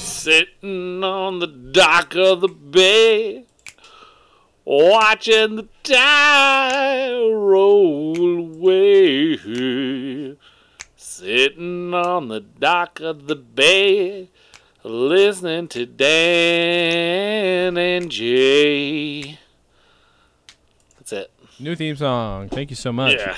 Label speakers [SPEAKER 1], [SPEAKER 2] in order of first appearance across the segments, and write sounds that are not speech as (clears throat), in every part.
[SPEAKER 1] sitting on the dock of the bay, watching the tide roll away. Sitting on the dock of the bay, listening to Dan and Jay. That's it.
[SPEAKER 2] New theme song. Thank you so much.
[SPEAKER 1] Yeah.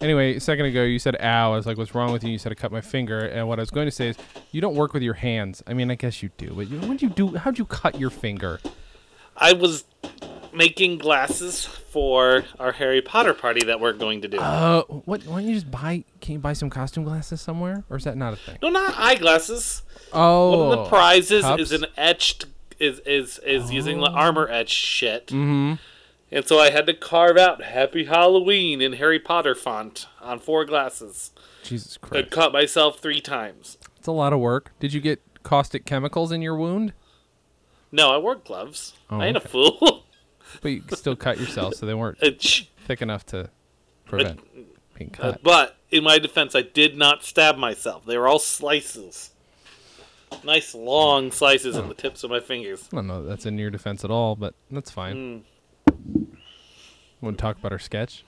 [SPEAKER 2] Anyway, a second ago you said ow. I was like, what's wrong with you? You said I cut my finger. And what I was going to say is, you don't work with your hands. I mean, I guess you do, but you, what do you do? How'd you cut your finger?
[SPEAKER 1] I was making glasses for our Harry Potter party that we're going to do.
[SPEAKER 2] Uh, what? Why don't you just buy? Can you buy some costume glasses somewhere, or is that not a thing?
[SPEAKER 1] no, not eyeglasses.
[SPEAKER 2] Oh,
[SPEAKER 1] One of the prizes
[SPEAKER 2] cups? Oh.
[SPEAKER 1] is an etched is is is using the armor etched shit. Mm-hmm. And so I had to carve out "Happy Halloween" in Harry Potter font on four glasses.
[SPEAKER 2] Jesus
[SPEAKER 1] I
[SPEAKER 2] Christ!
[SPEAKER 1] cut myself three times.
[SPEAKER 2] It's a lot of work. Did you get caustic chemicals in your wound?
[SPEAKER 1] No, I wore gloves.
[SPEAKER 2] Oh,
[SPEAKER 1] I ain't
[SPEAKER 2] okay.
[SPEAKER 1] a fool. (laughs)
[SPEAKER 2] But you still cut yourself, so they weren't
[SPEAKER 1] Itch.
[SPEAKER 2] thick enough to prevent being
[SPEAKER 1] Uh,
[SPEAKER 2] (laughs) cut.
[SPEAKER 1] but in my defense, I did not stab myself. They were all slices. Nice long slices
[SPEAKER 2] Oh.
[SPEAKER 1] on the tips of my fingers.
[SPEAKER 2] I don't know. That that's in your defense at all, but that's fine.
[SPEAKER 1] Hmm.
[SPEAKER 2] Want to talk about our sketch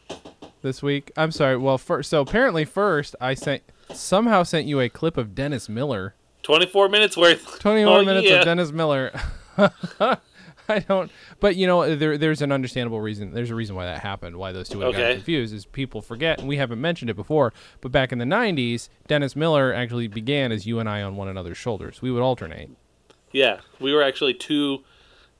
[SPEAKER 2] this week? I'm sorry. Well, first, so apparently, first I sent somehow sent you a clip of Dennis Miller.
[SPEAKER 1] 24 minutes worth.
[SPEAKER 2] 21
[SPEAKER 1] Oh,
[SPEAKER 2] minutes
[SPEAKER 1] yeah.
[SPEAKER 2] of Dennis Miller. (laughs) I don't, but you know, there, there's an understandable reason. There's a reason why that happened. Why those two would have
[SPEAKER 1] Okay.
[SPEAKER 2] gotten confused is people forget, and we haven't mentioned it before. But back in the '90s, Dennis Miller actually began as you and I on one another's shoulders. We would alternate.
[SPEAKER 1] Yeah, we were actually two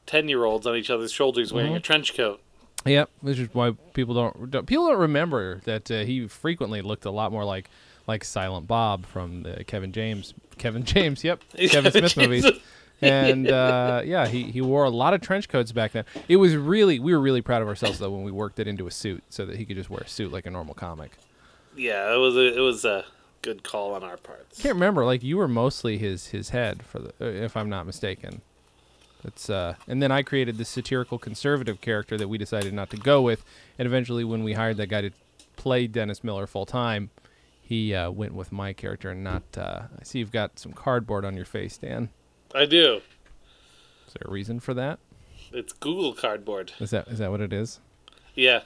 [SPEAKER 1] 10 year olds on each other's shoulders wearing a trench coat.
[SPEAKER 2] Yep, which is why people don't, don't people don't remember that uh, he frequently looked a lot more like like Silent Bob from the Kevin James Kevin (laughs) James. Yep, Kevin Smith movies. And uh, yeah, he, he wore a lot of trench coats back then. It was really we were really proud of ourselves though when we worked it into a suit so that he could just wear a suit like a normal comic.
[SPEAKER 1] Yeah, it was a, it was a good call on our parts.
[SPEAKER 2] Can't remember like you were mostly his his head for the uh, if I'm not mistaken. That's uh, and then I created the satirical conservative character that we decided not to go with, and eventually when we hired that guy to play Dennis Miller full time, he uh, went with my character and not. Uh, I see you've got some cardboard on your face, Dan.
[SPEAKER 1] I do.
[SPEAKER 2] Is there a reason for that?
[SPEAKER 1] It's Google Cardboard.
[SPEAKER 2] Is that is that what it is?
[SPEAKER 1] Yeah.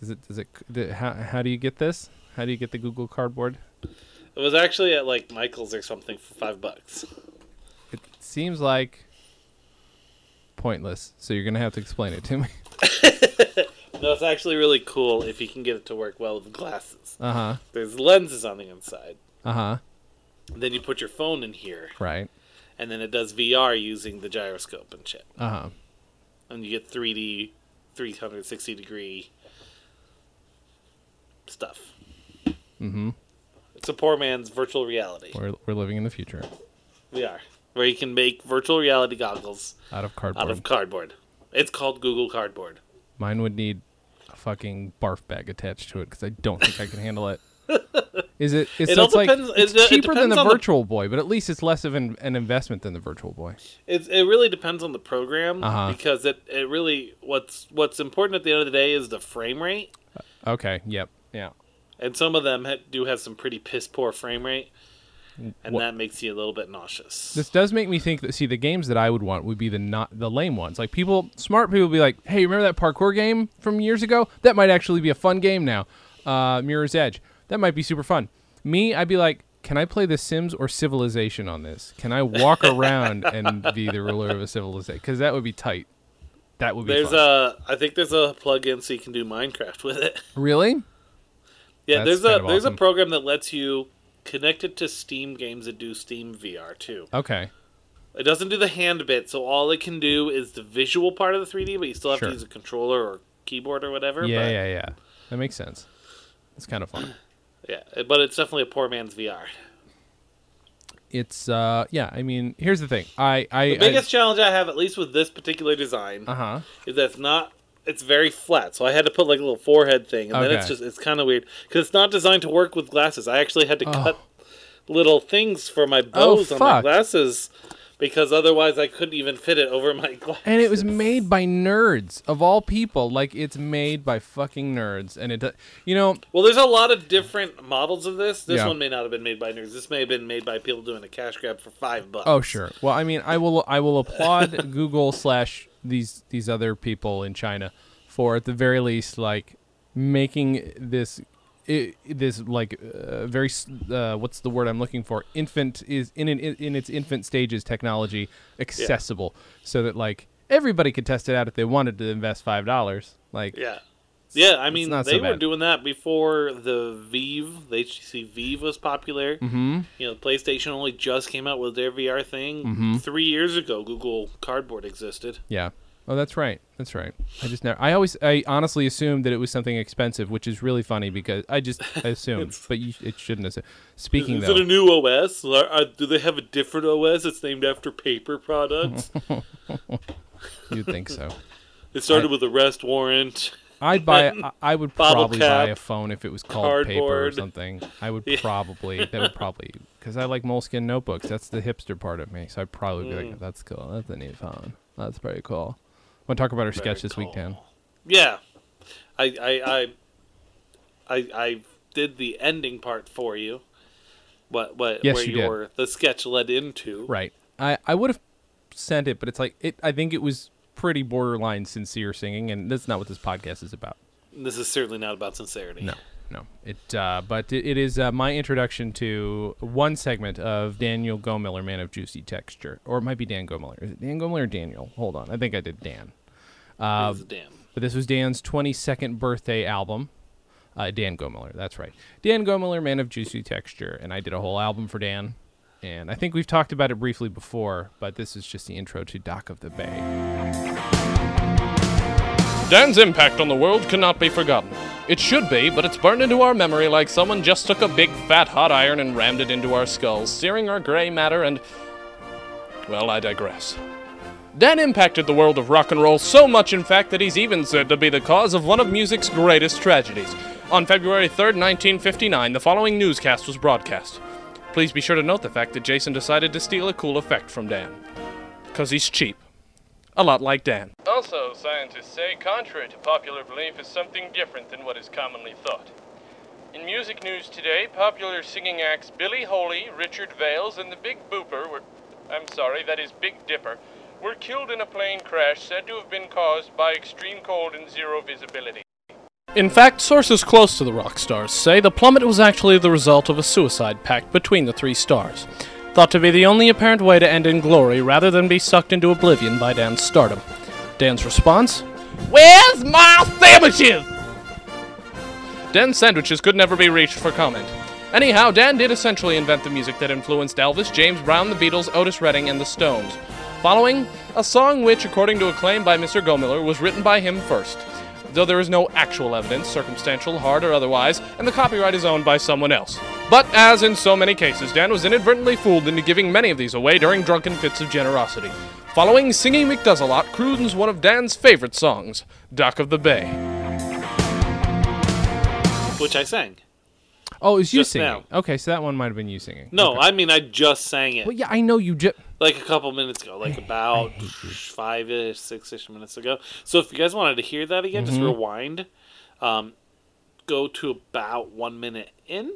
[SPEAKER 2] Does it? Does it? The, how, how do you get this? How do you get the Google Cardboard?
[SPEAKER 1] It was actually at like Michael's or something for five bucks.
[SPEAKER 2] It seems like pointless. So you're gonna have to explain it to me. (laughs)
[SPEAKER 1] No, it's actually really cool if you can get it to work well with glasses.
[SPEAKER 2] Uh huh.
[SPEAKER 1] There's lenses on the inside.
[SPEAKER 2] Uh huh.
[SPEAKER 1] Then you put your phone in here,
[SPEAKER 2] Right.
[SPEAKER 1] and then it does VR using the gyroscope and shit.
[SPEAKER 2] Uh huh.
[SPEAKER 1] And you get 3D, 360 degree stuff. Mm
[SPEAKER 2] Mhm.
[SPEAKER 1] It's a poor man's virtual reality.
[SPEAKER 2] We're we're living in the future
[SPEAKER 1] We are. Where you can make virtual reality goggles
[SPEAKER 2] out of cardboard.
[SPEAKER 1] out of cardboard. It's called Google Cardboard.
[SPEAKER 2] Mine would need a fucking barf bag attached to it because I don't think I can
[SPEAKER 1] (laughs)
[SPEAKER 2] handle it. Is it? It's,
[SPEAKER 1] It
[SPEAKER 2] so
[SPEAKER 1] all
[SPEAKER 2] it's like
[SPEAKER 1] depends-
[SPEAKER 2] it's
[SPEAKER 1] it- it
[SPEAKER 2] cheaper than
[SPEAKER 1] depends
[SPEAKER 2] the
[SPEAKER 1] on the-
[SPEAKER 2] Virtual Boy, but at least it's less of an, an investment than the Virtual Boy.
[SPEAKER 1] It, it really depends on the program
[SPEAKER 2] Uh-huh.
[SPEAKER 1] because it, it really what's what's important at the end of the day is the frame rate.
[SPEAKER 2] Okay. Yep. Yeah.
[SPEAKER 1] and some of them ha- do have some pretty piss poor frame rate, and
[SPEAKER 2] Wha-
[SPEAKER 1] that makes you a little bit nauseous.
[SPEAKER 2] This does make me think that see the games that I would want would be the not the lame ones. Like people, smart people, would be like, "Hey, remember that parkour game from years ago? That might actually be a fun game now. Uh, Mirror's Edge. That might be super fun." Me, I'd be like, "Can I play The Sims or Civilization on this? Can
[SPEAKER 1] (laughs)
[SPEAKER 2] I walk around and be the ruler of a civilization? Because that would be tight. That would be
[SPEAKER 1] there's
[SPEAKER 2] fun.
[SPEAKER 1] a, I think there's a plug-in so you can do Minecraft (laughs) with it.
[SPEAKER 2] really.
[SPEAKER 1] Yeah,
[SPEAKER 2] That's
[SPEAKER 1] there's a
[SPEAKER 2] kind of
[SPEAKER 1] there's
[SPEAKER 2] awesome.
[SPEAKER 1] a program that lets you connect it to Steam games that do Steam VR too.
[SPEAKER 2] Okay.
[SPEAKER 1] It doesn't do the hand bit, so all it can do is the visual part of the 3D, but you still have
[SPEAKER 2] Sure.
[SPEAKER 1] to use a controller or keyboard or whatever.
[SPEAKER 2] Yeah,
[SPEAKER 1] but,
[SPEAKER 2] yeah, yeah. That makes sense. It's kind of fun.
[SPEAKER 1] yeah. But it's definitely a poor man's VR.
[SPEAKER 2] It's uh, yeah. I mean, here's the thing. I I,
[SPEAKER 1] The biggest challenge I have, at least with this particular design,
[SPEAKER 2] uh huh.
[SPEAKER 1] is that it's not it's very flat so i had to put like a little forehead thing and then it's
[SPEAKER 2] Okay.
[SPEAKER 1] just it's kind of weird because it's not designed to work with glasses i actually had to
[SPEAKER 2] Oh.
[SPEAKER 1] cut little things for my bows on my
[SPEAKER 2] fuck.
[SPEAKER 1] glasses because otherwise I couldn't even fit it over my (laughs) glass.
[SPEAKER 2] And it was made by nerds of all people. Like it's made by fucking nerds, and it, do- you know,
[SPEAKER 1] Well, there's a lot of different models of this. This
[SPEAKER 2] Yeah.
[SPEAKER 1] one may not have been made by nerds. This may have been made by people doing a cash grab for five bucks.
[SPEAKER 2] oh sure. Well, I mean, I will, I will applaud Google slash these these other people in China for at the very least like making this. i this like uh, very s- uh, what's the word I'm looking for? Infant is in an, in its infant stages technology accessible, so that like everybody could test it out if they wanted to invest five dollars. Like
[SPEAKER 1] Yeah. Yeah, I mean,
[SPEAKER 2] not
[SPEAKER 1] they
[SPEAKER 2] so
[SPEAKER 1] were
[SPEAKER 2] bad.
[SPEAKER 1] doing that before the Vive, the HTC Vive was popular. Mm-hmm. You know, PlayStation only just came out with their VR thing.
[SPEAKER 2] Mm-hmm.
[SPEAKER 1] Three years ago, Google Cardboard existed.
[SPEAKER 2] Yeah. Oh, that's right. That's right. I just never. I always. I honestly assumed that it was something expensive, which is really funny because I
[SPEAKER 1] (laughs)
[SPEAKER 2] just assumed. but you, it shouldn't assume. Speaking
[SPEAKER 1] Is
[SPEAKER 2] though,
[SPEAKER 1] it a new OS? Are, are- uh, do they have a different OS that's named after paper
[SPEAKER 2] (laughs)
[SPEAKER 1] products?
[SPEAKER 2] you'd
[SPEAKER 1] (laughs)
[SPEAKER 2] think so.
[SPEAKER 1] it started with arrest warrant.
[SPEAKER 2] I'd buy. I, I would
[SPEAKER 1] Bottle
[SPEAKER 2] probably buy
[SPEAKER 1] cap,
[SPEAKER 2] a phone if it was called paper or
[SPEAKER 1] cardboard.
[SPEAKER 2] something.
[SPEAKER 1] (laughs)
[SPEAKER 2] I would probably. That would probably because I like moleskin notebooks. That's the hipster part of me. So I'd probably be
[SPEAKER 1] Mm.
[SPEAKER 2] like, "That's cool. That's a new phone. That's pretty cool." Want to talk about our sketch this week, Dan?
[SPEAKER 1] Yeah, I I I I, I did the ending part for you. What what
[SPEAKER 2] Yes,
[SPEAKER 1] where
[SPEAKER 2] you did.
[SPEAKER 1] your the sketch led into?
[SPEAKER 2] Right. I, I would have sent it, but it's like it. I think it was pretty borderline sincere singing, and that's not what this podcast is about.
[SPEAKER 1] This is certainly not about sincerity.
[SPEAKER 2] No, no. It. Uh, but it, it is uh, my introduction to one segment of Daniel Gomiller, Man of Juicy Texture, or it might be Dan Gomiller. Is it Dan Gomiller or Daniel? Hold on, I think I did Dan. Um,
[SPEAKER 1] This is damn.
[SPEAKER 2] But this was Dan's 22nd birthday album. Uh, Dan Gomiller, that's right. Dan Gomiller, Man of Juicy Texture. And I did a whole album for Dan. And I think we've talked about it briefly before, but this is just the intro to Dock of the Bay. Dan's impact on the world cannot be forgotten. It should be, but it's burned into our memory like someone just took a big fat hot iron and rammed it into our skulls, searing our gray matter and. Well, I digress. Dan impacted the world of rock and roll so much, in fact, that he's even said to be the cause of one of music's greatest tragedies. On February 3rd, 1959, the following newscast was broadcast. Please be sure to note the fact that Jason decided to steal a cool effect from Dan. Because he's cheap. A lot like Dan. Also, scientists say, contrary to popular belief, is something different than what is commonly thought. In music news today, popular singing acts Billy Holy, Richard Vales, and the Big Booper were. I'm sorry, that is Big Dipper, were killed in a plane crash said to have been caused by extreme cold and zero visibility. In fact, sources close to the rock stars say the plummet was actually the result of a suicide pact between the three stars, thought to be the only apparent way to end in glory rather than be sucked into oblivion by Dan's stardom. Dan's response? Where's my sandwiches? Dan's sandwiches could never be reached for comment. Anyhow, Dan did essentially invent the music that influenced Elvis, James Brown, the Beatles, Otis Redding, and the Stones. Following, a song which, according to a claim by Mr. Gomiller, was written by him first. Though there is no actual evidence, circumstantial, hard, or otherwise, and the copyright is owned by someone else. But as in so many cases, Dan was inadvertently fooled into giving many of these away during drunken fits of generosity. Following Singing McDoes-a-Lot croons one of Dan's favorite songs, Dock of the Bay.
[SPEAKER 1] Which I sang.
[SPEAKER 2] Oh, it was you
[SPEAKER 1] Just
[SPEAKER 2] singing.
[SPEAKER 1] now.
[SPEAKER 2] Okay, so that one might have been you singing.
[SPEAKER 1] No, I mean I just sang it
[SPEAKER 2] Well, yeah, I know you just.
[SPEAKER 1] like a couple minutes ago, like about five ish, six ish minutes ago. So if you guys wanted to hear that again,
[SPEAKER 2] Mm-hmm.
[SPEAKER 1] just rewind. Um, go to about one minute in.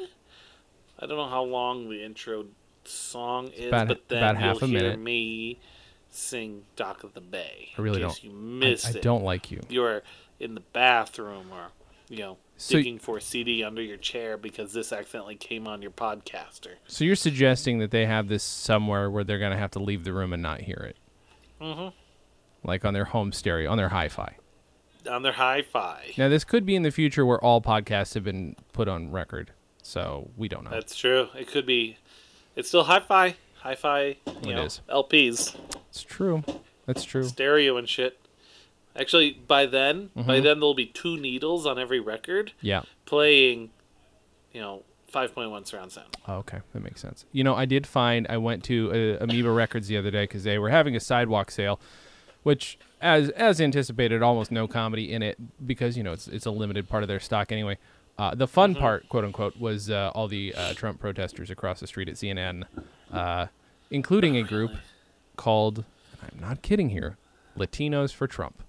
[SPEAKER 1] I don't know how long the intro song is,
[SPEAKER 2] about-
[SPEAKER 1] but then
[SPEAKER 2] about
[SPEAKER 1] you'll
[SPEAKER 2] half a
[SPEAKER 1] hear
[SPEAKER 2] minute.
[SPEAKER 1] me sing "Dock of the Bay."
[SPEAKER 2] I really
[SPEAKER 1] in case
[SPEAKER 2] don't-
[SPEAKER 1] You
[SPEAKER 2] I,
[SPEAKER 1] missed
[SPEAKER 2] I
[SPEAKER 1] it.
[SPEAKER 2] don't like you.
[SPEAKER 1] You're in the bathroom, or you know.
[SPEAKER 2] So-
[SPEAKER 1] digging for a CD under your chair because this accidentally came on your podcaster.
[SPEAKER 2] So you're suggesting that they have this somewhere where they're gonna have to leave the room and not hear it. Mm-hmm. Like on their home stereo, on their hi-fi.
[SPEAKER 1] on their hi-fi.
[SPEAKER 2] Now this could be in the future where all podcasts have been put on record, so we don't know.
[SPEAKER 1] That's true. It could be. It's still hi-fi. Hi-fi. You know,
[SPEAKER 2] is.
[SPEAKER 1] LPs,
[SPEAKER 2] It's true. That's true.
[SPEAKER 1] stereo and shit. Actually, by then, by
[SPEAKER 2] Mm-hmm.
[SPEAKER 1] then there'll be two needles on every record
[SPEAKER 2] Yeah.
[SPEAKER 1] playing, you know, 5.1 surround sound.
[SPEAKER 2] Oh, okay, that makes sense. You know, I did find I went to uh, Amoeba Records the other day because they were having a sidewalk sale, which, as as anticipated, almost no comedy in it because you know it's it's a limited part of their stock anyway. Uh, the fun part, quote unquote, was uh, all the uh, Trump protesters across the street at CNN, uh, including a group called, and I'm not kidding here, Latinos for Trump.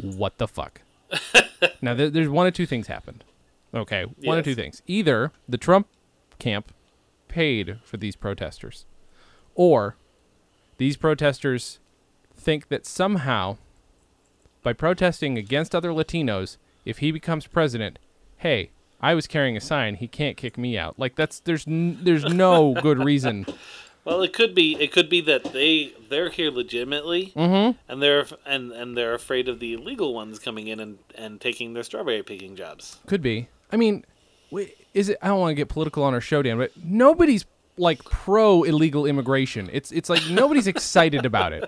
[SPEAKER 2] What the fuck? now, there, there's one of two things happened. Okay, one of
[SPEAKER 1] Yes.
[SPEAKER 2] two things. Either the Trump camp paid for these protesters, or these protesters think that somehow by protesting against other Latinos, if he becomes president, hey, I was carrying a sign, he can't kick me out. Like that's there's n- there's no good reason.
[SPEAKER 1] Well, it could be. It could be that they they're here legitimately, mm-hmm. and they're and and they're afraid of the illegal ones coming in and and taking their strawberry picking jobs.
[SPEAKER 2] Could be. I mean, wait, is it? I don't want to get political on our show, Dan, but nobody's like pro illegal immigration. It's it's like nobody's excited about it.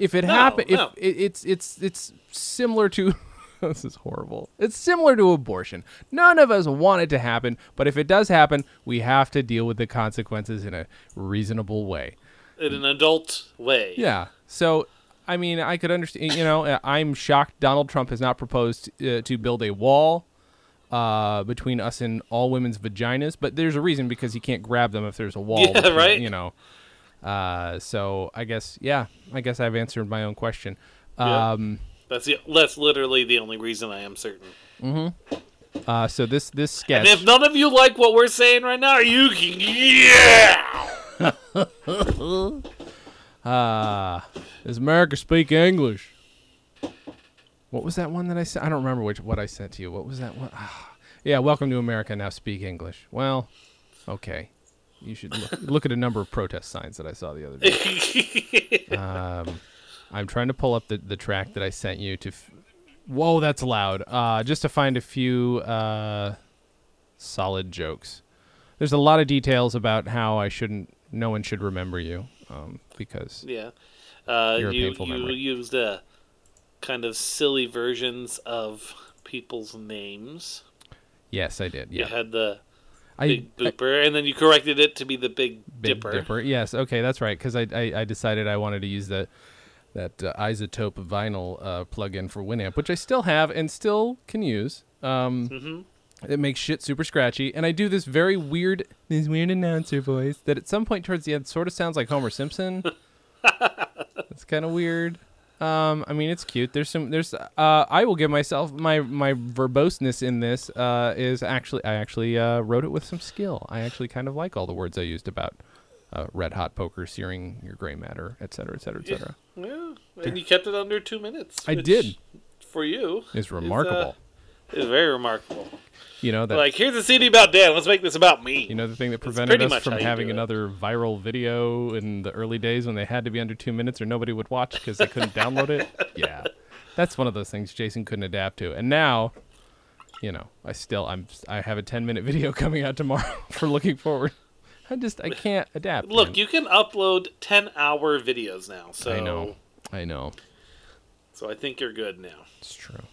[SPEAKER 2] If it happen,
[SPEAKER 1] no.
[SPEAKER 2] if it, it's it's it's similar to. (laughs) This is horrible. It's similar to abortion. None of us want it to happen, but if it does happen, we have to deal with the consequences in a reasonable way.
[SPEAKER 1] in an adult way.
[SPEAKER 2] Yeah. So, I mean, I could understand. You know, uh, I'm shocked Donald Trump has not proposed uh, to build a wall uh, between us and all women's vaginas, but there's a reason because he can't grab them if there's a
[SPEAKER 1] (laughs)
[SPEAKER 2] wall.
[SPEAKER 1] Yeah,
[SPEAKER 2] between,
[SPEAKER 1] right?
[SPEAKER 2] You know. Uh, so I guess yeah, I guess I've answered my own question.
[SPEAKER 1] Yeah.
[SPEAKER 2] Um,
[SPEAKER 1] That's the, that's literally the only reason I am certain.
[SPEAKER 2] uh, so this this sketch.
[SPEAKER 1] And if none of you like what we're saying right now, you can yeah. (laughs)
[SPEAKER 2] Does America speak English? What was that one that I sent? I don't remember which what I sent to you. What was that one? Ah, yeah, welcome to America. Now speak English. Well, okay. You should look, (laughs) look at a number of protest signs that I saw the other day. I'm trying to pull up the, the track that I sent you to. F- Whoa, that's loud. Uh, just to find a few uh, solid jokes. There's a lot of details about how I shouldn't. No one should remember you um, because
[SPEAKER 1] yeah. Uh,
[SPEAKER 2] You're a
[SPEAKER 1] you
[SPEAKER 2] painful
[SPEAKER 1] you
[SPEAKER 2] memory.
[SPEAKER 1] used uh, kind of silly versions of people's names.
[SPEAKER 2] yes, I did. Yeah,
[SPEAKER 1] You had the
[SPEAKER 2] I,
[SPEAKER 1] Big Booper, and then you corrected it to be the Big,
[SPEAKER 2] Big
[SPEAKER 1] Dipper.
[SPEAKER 2] Yes. Okay, that's right. Because I, I I decided I wanted to use that that uh, isotope vinyl uh, plug-in for Winamp, which I still have and still can use. Um, It makes shit super scratchy, and I do this very weird this weird announcer voice that at some point towards the end sort of sounds like Homer Simpson. it's kind of weird. Um, I mean, it's cute. There's some. There's. Uh, I will give myself my my verboseness in this uh, is actually I actually uh, wrote it with some skill. I actually kind of like all the words I used about uh, red hot poker, searing your gray matter, et cetera, et cetera, et cetera.
[SPEAKER 1] Yeah, and you kept it under two minutes.
[SPEAKER 2] I
[SPEAKER 1] which,
[SPEAKER 2] did.
[SPEAKER 1] For you,
[SPEAKER 2] It's remarkable.
[SPEAKER 1] It's very remarkable.
[SPEAKER 2] you know that.
[SPEAKER 1] Like, here's a CD about Dan. Let's make this about me.
[SPEAKER 2] you know the thing that prevented
[SPEAKER 1] pretty
[SPEAKER 2] us
[SPEAKER 1] much
[SPEAKER 2] from
[SPEAKER 1] how you
[SPEAKER 2] having
[SPEAKER 1] do it.
[SPEAKER 2] another viral video in the early days when they had to be under two minutes or nobody would watch because they couldn't
[SPEAKER 1] (laughs)
[SPEAKER 2] download it. Yeah, that's one of those things Jason couldn't adapt to, and now, you know, I still I'm I have a ten minute video (laughs) coming out tomorrow for looking forward. I just I can't adapt.
[SPEAKER 1] Look,
[SPEAKER 2] man.
[SPEAKER 1] you can upload ten-hour videos now. So
[SPEAKER 2] I know, I know,
[SPEAKER 1] So I think you're good now.
[SPEAKER 2] it's true.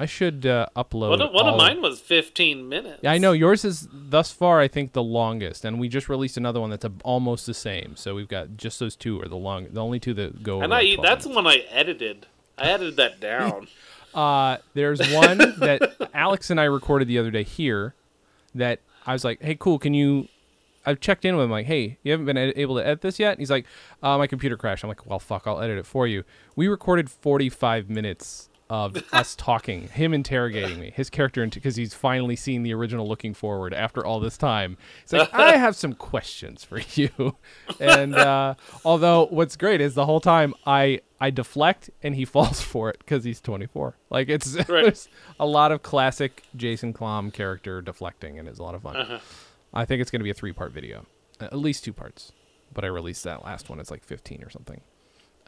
[SPEAKER 2] I should uh, upload.
[SPEAKER 1] One of, one of
[SPEAKER 2] all-
[SPEAKER 1] mine was 15 minutes.
[SPEAKER 2] Yeah, I know yours is thus far. I think the longest, and we just released another one that's a, almost the same. So we've got just those two are the long, the only two that go.
[SPEAKER 1] And
[SPEAKER 2] over
[SPEAKER 1] I
[SPEAKER 2] 12
[SPEAKER 1] that's
[SPEAKER 2] minutes.
[SPEAKER 1] the one I edited. I edited
[SPEAKER 2] (laughs)
[SPEAKER 1] that down.
[SPEAKER 2] uh, there's
[SPEAKER 1] (laughs)
[SPEAKER 2] one that Alex and I recorded the other day here. That I was like, hey, cool, can you? I've checked in with him like, hey, you haven't been ed- able to edit this yet. And he's like, uh, my computer crashed. I'm like, well, fuck, I'll edit it for you. We recorded 45 minutes of us talking, him interrogating me, his character, because he's finally seen the original Looking Forward after all this time. He's like, I have some questions for you. (laughs) And uh, although what's great is the whole time I I deflect and he (laughs) falls for it because he's 24. Like it's (laughs) there's a lot of classic Jason Klom character deflecting, and it's a lot of fun. I think it's going to be a three part video, A- at least two parts. But I released that last one. It's like 15 or something. Um,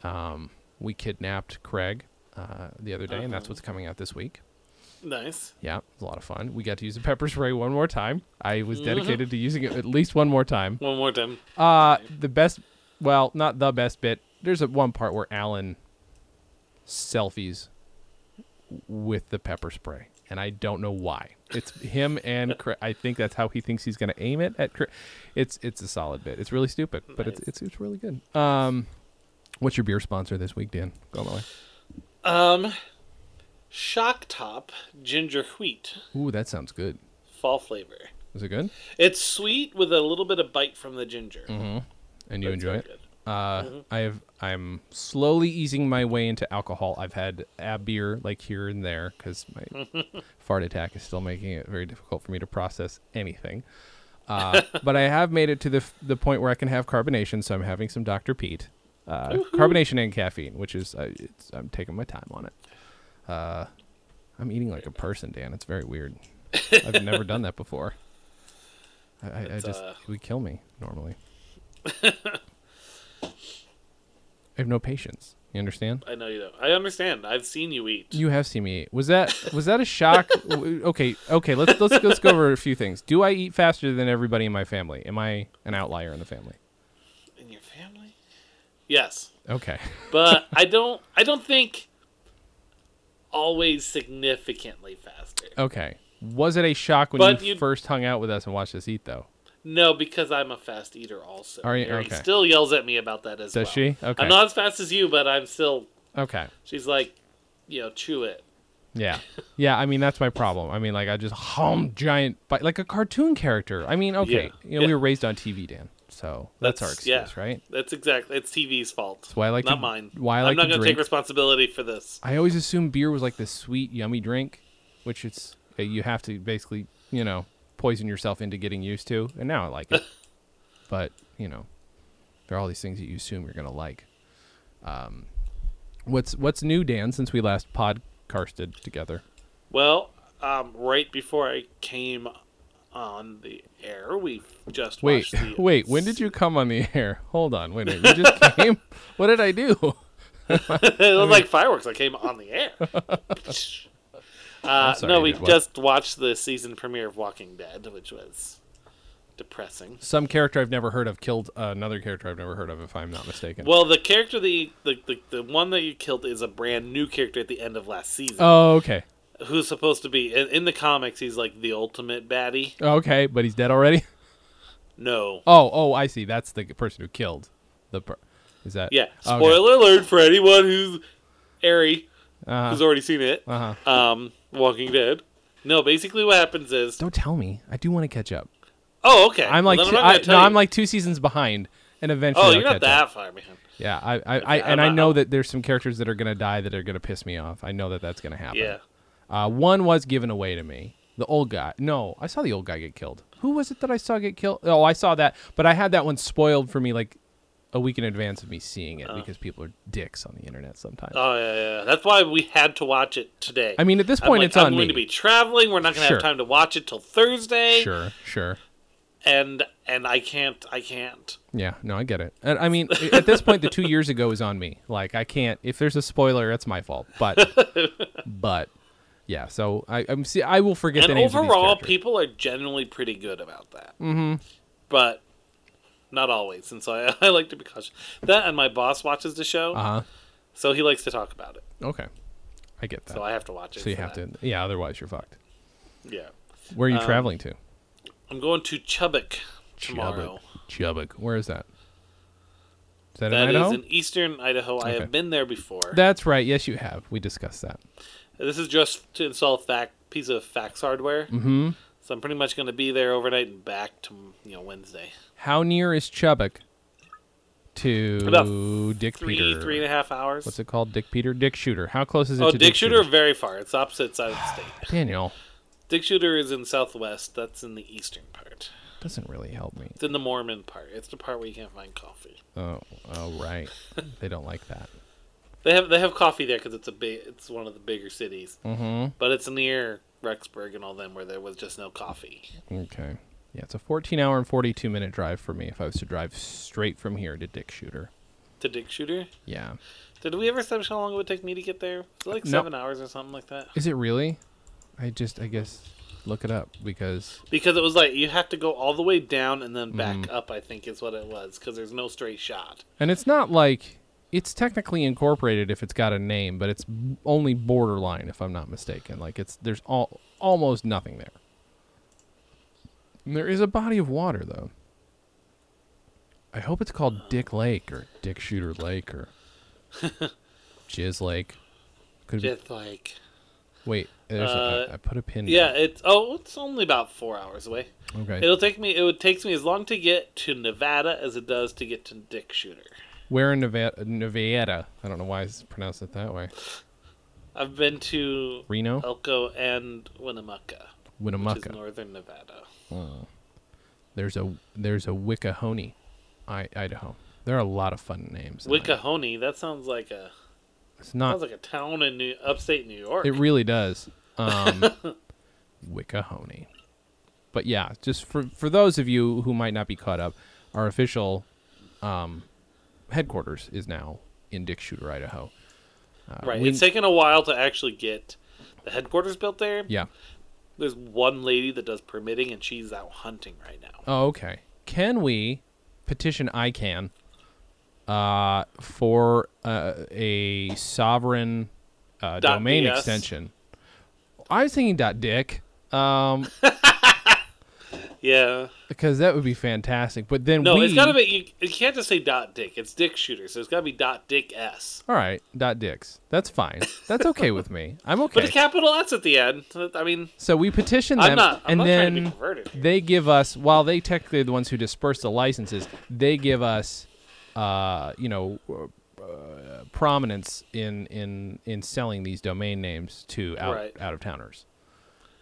[SPEAKER 2] we kidnapped Craig uh, the other day, and that's what's coming out this week.
[SPEAKER 1] nice.
[SPEAKER 2] Yeah, it was a lot of fun. We got to use the pepper spray one more time. I was dedicated to using it at least one more time.
[SPEAKER 1] One more time.
[SPEAKER 2] Uh, the best, well, not the best bit. There's a one part where Alan selfies with the pepper spray, and I don't know why. It's him and Cra- I think that's how he thinks he's going to aim it at. Cra- it's it's a solid bit. It's really stupid, but it's
[SPEAKER 1] Nice.
[SPEAKER 2] it's it's really good. Um, what's your beer sponsor this week, Dan? Go my way.
[SPEAKER 1] Um, shock top ginger wheat
[SPEAKER 2] Ooh, that sounds good.
[SPEAKER 1] fall flavor.
[SPEAKER 2] Is it good?
[SPEAKER 1] It's sweet with a little bit of bite from the ginger.
[SPEAKER 2] And Mm-hmm. you enjoy
[SPEAKER 1] very
[SPEAKER 2] it? Uh, I have I'm slowly easing my way into alcohol. I've had a beer like here and there because my fart attack is still making it very difficult for me to process anything. Uh, (laughs) but I have made it to the f- the point where I can have carbonation, so I'm having some Dr. Pete, uh, carbonation and caffeine, which is uh, it's, I'm taking my time on it. Uh, I'm eating like a person, Dan. It's very weird. I've never done that before. I, I, I
[SPEAKER 1] It's,
[SPEAKER 2] just
[SPEAKER 1] uh,
[SPEAKER 2] it would kill me
[SPEAKER 1] (laughs)
[SPEAKER 2] normally. I have no patience. You understand?
[SPEAKER 1] I know you don't. I understand. I've seen you eat.
[SPEAKER 2] You have seen me eat. Was that was that
[SPEAKER 1] (laughs)
[SPEAKER 2] a shock? W- okay, okay. Let's let's let's go over a few things. Do I eat faster than everybody in my family? Am I an outlier in the family?
[SPEAKER 1] In your family? Yes.
[SPEAKER 2] Okay. (laughs)
[SPEAKER 1] But I don't I don't think always significantly faster.
[SPEAKER 2] Okay. Was it a shock when
[SPEAKER 1] But
[SPEAKER 2] you
[SPEAKER 1] you-
[SPEAKER 2] first hung out with us and watched us eat though?
[SPEAKER 1] No, because I'm a fast eater also.
[SPEAKER 2] Are you-
[SPEAKER 1] Mary
[SPEAKER 2] okay.
[SPEAKER 1] still yells at me about that as
[SPEAKER 2] Does
[SPEAKER 1] well.
[SPEAKER 2] she? Okay.
[SPEAKER 1] I'm not as fast as you, but I'm still
[SPEAKER 2] Okay.
[SPEAKER 1] she's like, you know, chew it. (laughs)
[SPEAKER 2] Yeah. Yeah, I mean that's my problem. I mean like I just hum giant bite like a cartoon character. I mean, okay.
[SPEAKER 1] Yeah.
[SPEAKER 2] You know, we
[SPEAKER 1] Yeah.
[SPEAKER 2] were raised on TV, Dan. So that's, our
[SPEAKER 1] That's-
[SPEAKER 2] excuse,
[SPEAKER 1] yeah.
[SPEAKER 2] right?
[SPEAKER 1] That's exactly it's TV's fault. That's
[SPEAKER 2] why I like
[SPEAKER 1] not
[SPEAKER 2] to-
[SPEAKER 1] mine.
[SPEAKER 2] why I
[SPEAKER 1] I'm
[SPEAKER 2] like
[SPEAKER 1] not
[SPEAKER 2] to
[SPEAKER 1] gonna
[SPEAKER 2] drink.
[SPEAKER 1] take responsibility for this.
[SPEAKER 2] I always assumed beer was like this sweet, yummy drink, which it's uh, you have to basically, you know, poison yourself into getting used to. And now I like
[SPEAKER 1] (laughs)
[SPEAKER 2] it, but you know, there are all these things that you assume you're gonna like. Um, what's what's new, Dan? Since we last podcasted together,
[SPEAKER 1] Well, um, right before I came on the air, we just
[SPEAKER 2] wait,
[SPEAKER 1] watched the
[SPEAKER 2] (laughs) wait, when did you come on the (laughs) air? Hold on, wait a minute, you just came. What did I do?
[SPEAKER 1] (laughs)
[SPEAKER 2] (laughs)
[SPEAKER 1] it was like fireworks. I came on the air. Uh,
[SPEAKER 2] sorry,
[SPEAKER 1] no,
[SPEAKER 2] I
[SPEAKER 1] we
[SPEAKER 2] did what?
[SPEAKER 1] just watched the season premiere of Walking Dead, which was depressing.
[SPEAKER 2] Some character I've never heard of killed another character I've never heard of, if I'm not mistaken.
[SPEAKER 1] Well, the character the the, the the one that you killed is a brand new character at the end of last season,
[SPEAKER 2] oh, okay,
[SPEAKER 1] who's supposed to be in, in the comics. He's like the ultimate baddie.
[SPEAKER 2] okay, but he's dead already. (laughs)
[SPEAKER 1] No,
[SPEAKER 2] Oh, oh, I see. That's the person who killed the. Per- is that?
[SPEAKER 1] yeah.
[SPEAKER 2] Okay.
[SPEAKER 1] Spoiler alert for anyone who's airy, who's already seen it.
[SPEAKER 2] Uh-huh.
[SPEAKER 1] Um, Walking Dead. No, basically what happens is.
[SPEAKER 2] Don't tell me. I do want to catch up.
[SPEAKER 1] Oh, okay.
[SPEAKER 2] I'm
[SPEAKER 1] Well,
[SPEAKER 2] like,
[SPEAKER 1] then
[SPEAKER 2] two,
[SPEAKER 1] not gonna
[SPEAKER 2] I,
[SPEAKER 1] tell
[SPEAKER 2] no,
[SPEAKER 1] you.
[SPEAKER 2] I'm like two seasons behind, and eventually.
[SPEAKER 1] Oh,
[SPEAKER 2] I'll
[SPEAKER 1] you're not
[SPEAKER 2] catch up.
[SPEAKER 1] that far behind.
[SPEAKER 2] Yeah, I, I, I
[SPEAKER 1] Okay,
[SPEAKER 2] and
[SPEAKER 1] I'm
[SPEAKER 2] I
[SPEAKER 1] not-
[SPEAKER 2] know that there's some characters that are gonna die that are gonna piss me off. I know that that's gonna happen.
[SPEAKER 1] Yeah.
[SPEAKER 2] Uh, one was given away to me. The old guy. No, I saw the old guy get killed. Who was it that I saw get killed? Oh, I saw that, but I had that one spoiled for me like a week in advance of me seeing
[SPEAKER 1] Uh.
[SPEAKER 2] it because people are dicks on the internet sometimes.
[SPEAKER 1] Oh yeah, yeah, yeah. That's why we had to watch it today.
[SPEAKER 2] I mean, at this
[SPEAKER 1] I'm
[SPEAKER 2] point,
[SPEAKER 1] like,
[SPEAKER 2] it's
[SPEAKER 1] I'm
[SPEAKER 2] on
[SPEAKER 1] going
[SPEAKER 2] me.
[SPEAKER 1] to be traveling. We're not going to
[SPEAKER 2] Sure.
[SPEAKER 1] have time to watch it till Thursday.
[SPEAKER 2] sure, sure.
[SPEAKER 1] And and I can't. I can't.
[SPEAKER 2] Yeah, no, I get it. And I mean, i- at this point, the two years ago is on me. Like, I can't. If there's a spoiler, that's my fault.
[SPEAKER 1] (laughs)
[SPEAKER 2] But, but, yeah. So I, I'm see. I will forget the
[SPEAKER 1] and
[SPEAKER 2] names
[SPEAKER 1] overall,
[SPEAKER 2] of these characters.
[SPEAKER 1] people are generally pretty good about that. Mm-hmm. But not always, and so I, (laughs) I like to be cautious. That and my boss watches the show,
[SPEAKER 2] Uh
[SPEAKER 1] so he likes to talk about it.
[SPEAKER 2] huh. Okay, I get that.
[SPEAKER 1] So
[SPEAKER 2] So,
[SPEAKER 1] I have to watch it.
[SPEAKER 2] you
[SPEAKER 1] for
[SPEAKER 2] have
[SPEAKER 1] that. Um,
[SPEAKER 2] to. Yeah. Otherwise, you're fucked.
[SPEAKER 1] Yeah,
[SPEAKER 2] Where are you traveling to?
[SPEAKER 1] I'm going to Chubbuck tomorrow.
[SPEAKER 2] Chubbuck. Where is that? Is that,
[SPEAKER 1] That
[SPEAKER 2] in
[SPEAKER 1] is
[SPEAKER 2] Idaho?
[SPEAKER 1] in eastern Idaho. I
[SPEAKER 2] Okay.
[SPEAKER 1] have been there before.
[SPEAKER 2] That's right. Yes, you have. We discussed that.
[SPEAKER 1] This is just to install a fac- piece of fax hardware. Mm-hmm. So I'm pretty much going to be there overnight and back to you know Wednesday.
[SPEAKER 2] How near is Chubbuck to
[SPEAKER 1] About
[SPEAKER 2] Dick
[SPEAKER 1] Three
[SPEAKER 2] Peter?
[SPEAKER 1] three and a half hours.
[SPEAKER 2] What's it called? Dick Peter? Dick Shooter. How close is it
[SPEAKER 1] oh,
[SPEAKER 2] to
[SPEAKER 1] Dick,
[SPEAKER 2] Dick
[SPEAKER 1] Shooter, very far. It's opposite side of the state.
[SPEAKER 2] Daniel
[SPEAKER 1] Dick Shooter is in Southwest. That's in the eastern part.
[SPEAKER 2] doesn't really help me.
[SPEAKER 1] It's in the Mormon part. It's the part where you can't find coffee.
[SPEAKER 2] Oh, oh right. they don't like that.
[SPEAKER 1] They have they have coffee there because it's a big. It's one of the bigger cities. Mm-hmm. But it's near Rexburg and all them where there was just no coffee.
[SPEAKER 2] Okay. Yeah, it's a 14 hour and 42 minute drive for me if I was to drive straight from here to Dick Shooter.
[SPEAKER 1] To Dick Shooter.
[SPEAKER 2] Yeah.
[SPEAKER 1] Did we ever establish how long it would take me to get there? It's like
[SPEAKER 2] No.
[SPEAKER 1] seven hours or something like that.
[SPEAKER 2] Is it really? I just, I guess, look it up because.
[SPEAKER 1] Because it was like you have to go all the way down and then back up. I think is what it was because there's no straight shot.
[SPEAKER 2] And it's not like. It's technically incorporated if it's got a name, but it's b- only borderline if I'm not mistaken. Like it's there's all almost nothing there. There is a body of water though. I hope it's called Dick Lake or Dick Shooter
[SPEAKER 1] (laughs)
[SPEAKER 2] Lake or Jizz Lake. Could be,
[SPEAKER 1] Just like
[SPEAKER 2] wait, there's a-
[SPEAKER 1] uh,
[SPEAKER 2] I I put a pin.
[SPEAKER 1] yeah,
[SPEAKER 2] down.
[SPEAKER 1] it's oh, it's only about four hours away.
[SPEAKER 2] Okay.
[SPEAKER 1] It'll take me. It would takes me as long to get to Nevada as it does to get to Dick Shooter.
[SPEAKER 2] Where in Nevada? Nevada? I don't know why it's pronounced it that way.
[SPEAKER 1] I've been to
[SPEAKER 2] Reno,
[SPEAKER 1] Elko and Winnemucca, which Oh, is
[SPEAKER 2] Winnemucca.
[SPEAKER 1] northern Nevada.
[SPEAKER 2] There's a there's a Wickahoney, I, Idaho. There are a lot of fun names. in Idaho.
[SPEAKER 1] Wickahoney, that sounds like a
[SPEAKER 2] It's not.
[SPEAKER 1] sounds like a town in New, upstate New York.
[SPEAKER 2] It really does. Um, (laughs) Wickahoney. But yeah, just for for those of you who might not be caught up, our official um, headquarters is now in Dick Shooter, Idaho.
[SPEAKER 1] right.
[SPEAKER 2] uh, we-
[SPEAKER 1] it's taken a while to actually get the headquarters built there.
[SPEAKER 2] Yeah.
[SPEAKER 1] There's one lady that does permitting, and she's out hunting right now.
[SPEAKER 2] Oh, okay. Can we petition ICANN uh, for uh, a sovereign uh,
[SPEAKER 1] Dot
[SPEAKER 2] domain
[SPEAKER 1] DS.
[SPEAKER 2] extension? I was thinking dot .dick um,
[SPEAKER 1] Yeah.
[SPEAKER 2] because that would be fantastic. But then
[SPEAKER 1] No,
[SPEAKER 2] we
[SPEAKER 1] it's gotta be. You, you can't just say dot dick. It's dick shooter, so it's gotta be dot dick s.
[SPEAKER 2] all right dot .dicks. That's fine. That's okay with me.
[SPEAKER 1] (laughs)
[SPEAKER 2] I'm
[SPEAKER 1] But
[SPEAKER 2] okay.
[SPEAKER 1] a capital S at the end. I mean,
[SPEAKER 2] so we petition them,
[SPEAKER 1] I'm not. I'm
[SPEAKER 2] and
[SPEAKER 1] not
[SPEAKER 2] then
[SPEAKER 1] trying to be perverted. here.
[SPEAKER 2] they give us while they technically are the ones who disperse the licenses they give us uh, you know uh, prominence in in in selling these domain names to out
[SPEAKER 1] Right.
[SPEAKER 2] out of towners